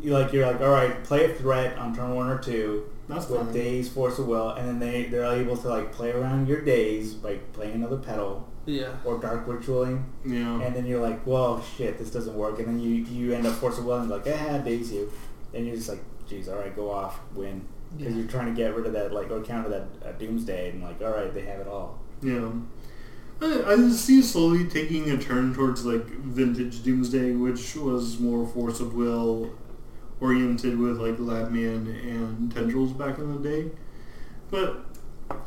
S3: you like you're like all right, play a threat on turn one or two
S1: That's
S3: with
S1: fine.
S3: days force of will, and then they they're able to like play around your days by playing another pedal
S2: Yeah.
S3: or dark ritualing,
S1: Yeah.
S3: and then you're like, well shit, this doesn't work, and then you you end up force of will and like ah days you, and you're just like, geez, all right, go off, win. Because
S2: Yeah.
S3: you're trying to get rid of that, like, or counter that uh, doomsday, and like, all right, they have it all.
S1: Yeah. I, I see slowly taking a turn towards like vintage Doomsday, which was more force of will oriented with like Labman and Tendrils back in the day. But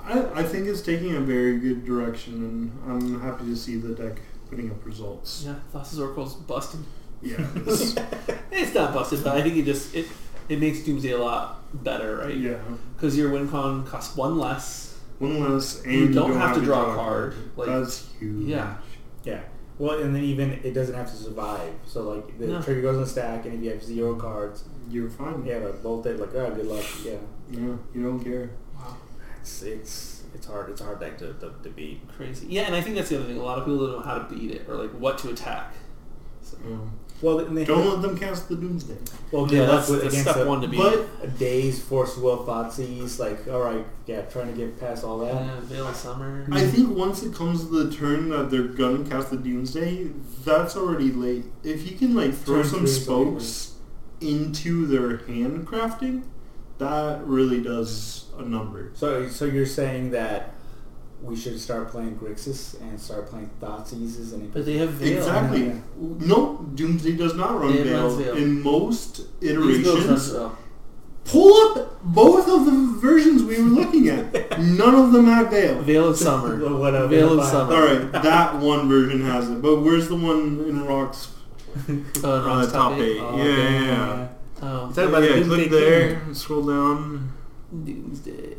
S1: I, I think it's taking a very good direction, and I'm happy to see the deck putting up results.
S2: Yeah. Thassa's Oracle's busted.
S3: [LAUGHS]
S1: Yeah. it's-
S2: It's not busted, but I think it just it it makes Doomsday a lot better, right?
S1: yeah.
S2: Because your win con costs one less.
S1: One less, and
S2: You don't have to draw a card, like-
S1: That's huge.
S2: Yeah.
S3: Yeah. Well, and then even it doesn't have to survive. So like the
S2: No. Mm-hmm.
S3: trigger goes in the stack, and if you have zero cards,
S1: You're fine.
S3: yeah, like bolt it. Like oh, good luck. Yeah.
S1: Yeah. You don't care.
S2: Wow.
S3: It's it's it's hard. It's a hard deck to, to, to beat.
S2: Crazy. Yeah, and I think that's the other thing. A lot of people don't know how to beat it or like what to attack. So,
S1: Yeah.
S3: Well, and they
S1: Um, Don't let them cast the Doomsday.
S3: well, good
S2: yeah,
S3: luck
S2: that's,
S3: with-
S2: that's
S3: against
S2: step
S3: a,
S2: one to beat.
S1: But
S3: a day's force will thoughtsies. Like all right, yeah, trying to get past all that.
S2: yeah, Veil of Summer.
S1: I think once it comes to the turn that they're gonna cast the Doomsday, that's already late. If you can like throw
S3: Turn
S1: some
S3: three is already
S1: spokes into their handcrafting, that really does a number.
S3: So so you're saying that we should start playing Grixis and start playing Thoughtseize and
S2: but they have Veil.
S1: exactly.
S3: yeah.
S1: No, Doomsday does not run
S2: It runs
S1: Veil
S2: Veil.
S1: in most
S2: These builds run
S1: iterations.
S2: Veil.
S1: Pull up both of the versions we were looking at. None of them have Veil.
S2: Veil of Summer.
S3: what a
S2: Veil
S3: what
S2: of
S3: a-
S2: Summer.
S1: All right, that one version has it, but where's the one in Rock's
S2: Uh,
S1: uh,
S2: Ron's
S1: top eight?
S3: Oh,
S1: yeah, yeah,
S3: damn,
S1: yeah.
S2: Oh.
S3: that about the
S1: yeah,
S3: Doomsday
S1: click
S3: King?
S1: there, scroll down.
S2: Doomsday.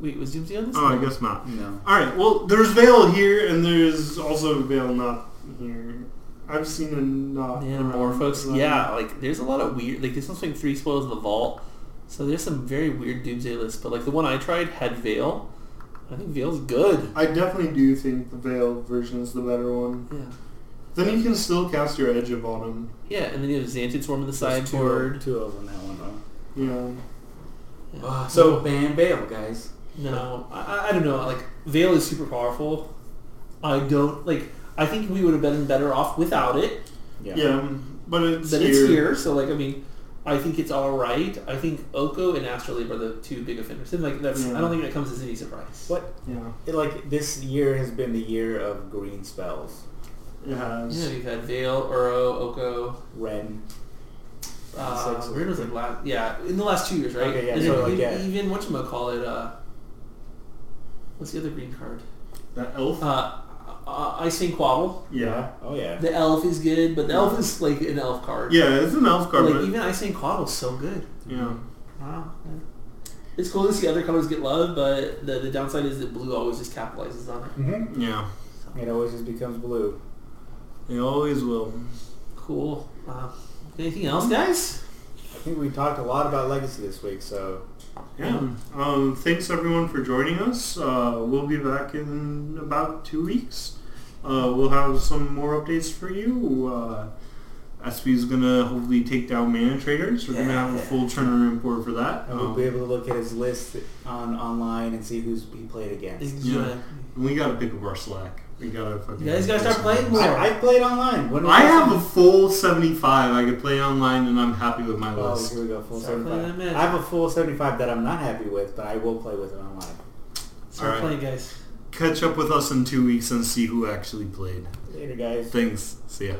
S2: Wait, was Doomsday on this?
S1: Oh, I guess not.
S3: No.
S1: All right. Well, there's Veil here, and there's also Veil not here. I've seen a not
S2: Yeah,
S1: around
S2: more folks.
S1: around.
S2: Yeah, like there's a lot of weird. Like there's something three spoils in the vault, so there's some very weird doomsday lists. But like the one I tried had Veil. I think Veil's good.
S1: I definitely do think the Veil version is the better one.
S2: Yeah,
S1: Then you can still cast your Edge of Autumn.
S2: yeah. And then you have Xanted Swarm in the
S3: There's two of-
S2: sideboard.
S3: Two of them that one. Huh?
S1: Yeah.
S2: Yeah.
S1: Ah,
S3: so ban bail, guys.
S2: No, I, I- I don't know. Like Veil is super powerful. I don't like. I think we would have been better off without it.
S1: Yeah. But it's
S2: But
S1: here.
S2: it's here, so like I mean, I think it's all right. I think Oko and Astrolabe are the two big offenders, and like that's I
S1: Yeah.
S2: don't think that comes as any surprise.
S3: Mm. What?
S1: Yeah.
S3: It, like this year has been the year of green spells.
S1: It
S2: Yeah,
S1: has.
S2: you've had Veil, Uro, Oko.
S3: Ren.
S2: Uh,
S3: Six.
S2: Rin was like last, yeah, in the last two years, right?
S3: Okay, yeah,
S2: And
S3: so,
S2: then
S3: like,
S2: even,
S3: yeah.
S2: even whatchamacallit, uh, what's the other green card?
S1: That elf.
S2: Uh, uh, Ice Fang Quabble.
S1: yeah.
S3: Oh yeah.
S2: The elf is good, but the elf is like an elf card.
S1: Yeah, it's an elf
S2: But,
S1: card.
S2: like
S1: but-
S2: even Ice Fang Quabble's so good.
S1: yeah.
S2: Wow. yeah. It's cool to see other colors get love, but the, the downside is that blue always just capitalizes on it.
S3: Mm-hmm.
S1: Yeah.
S3: It always just becomes blue.
S1: They always will.
S2: Cool. Uh, anything else, guys?
S3: I think we talked a lot about legacy this week, so
S1: Yeah. Um, thanks everyone for joining us. Uh, we'll be back in about two weeks. Uh, we'll have some more updates for you. Uh, SB is gonna hopefully take down mana traders. We're gonna have a full tournament report for that.
S3: and we'll be able to look at his list on online and see who's he played against.
S1: Yeah. Um, we gotta pick up our slack. We gotta fucking.
S2: You guys gotta start playing more.
S3: I, I played online. When was
S1: I
S3: that?
S1: have a full 75 I could play online and I'm happy with my
S3: Oh,
S1: list.
S3: here we go. Full
S2: Start playing that
S3: seventy-five.
S2: match.
S3: I have a full seventy-five that I'm not happy with, but I will play with it online.
S2: Start
S1: Alright.
S2: playing, guys.
S1: Catch up with us in two weeks and see who actually played.
S3: Later, guys.
S1: Thanks. See ya.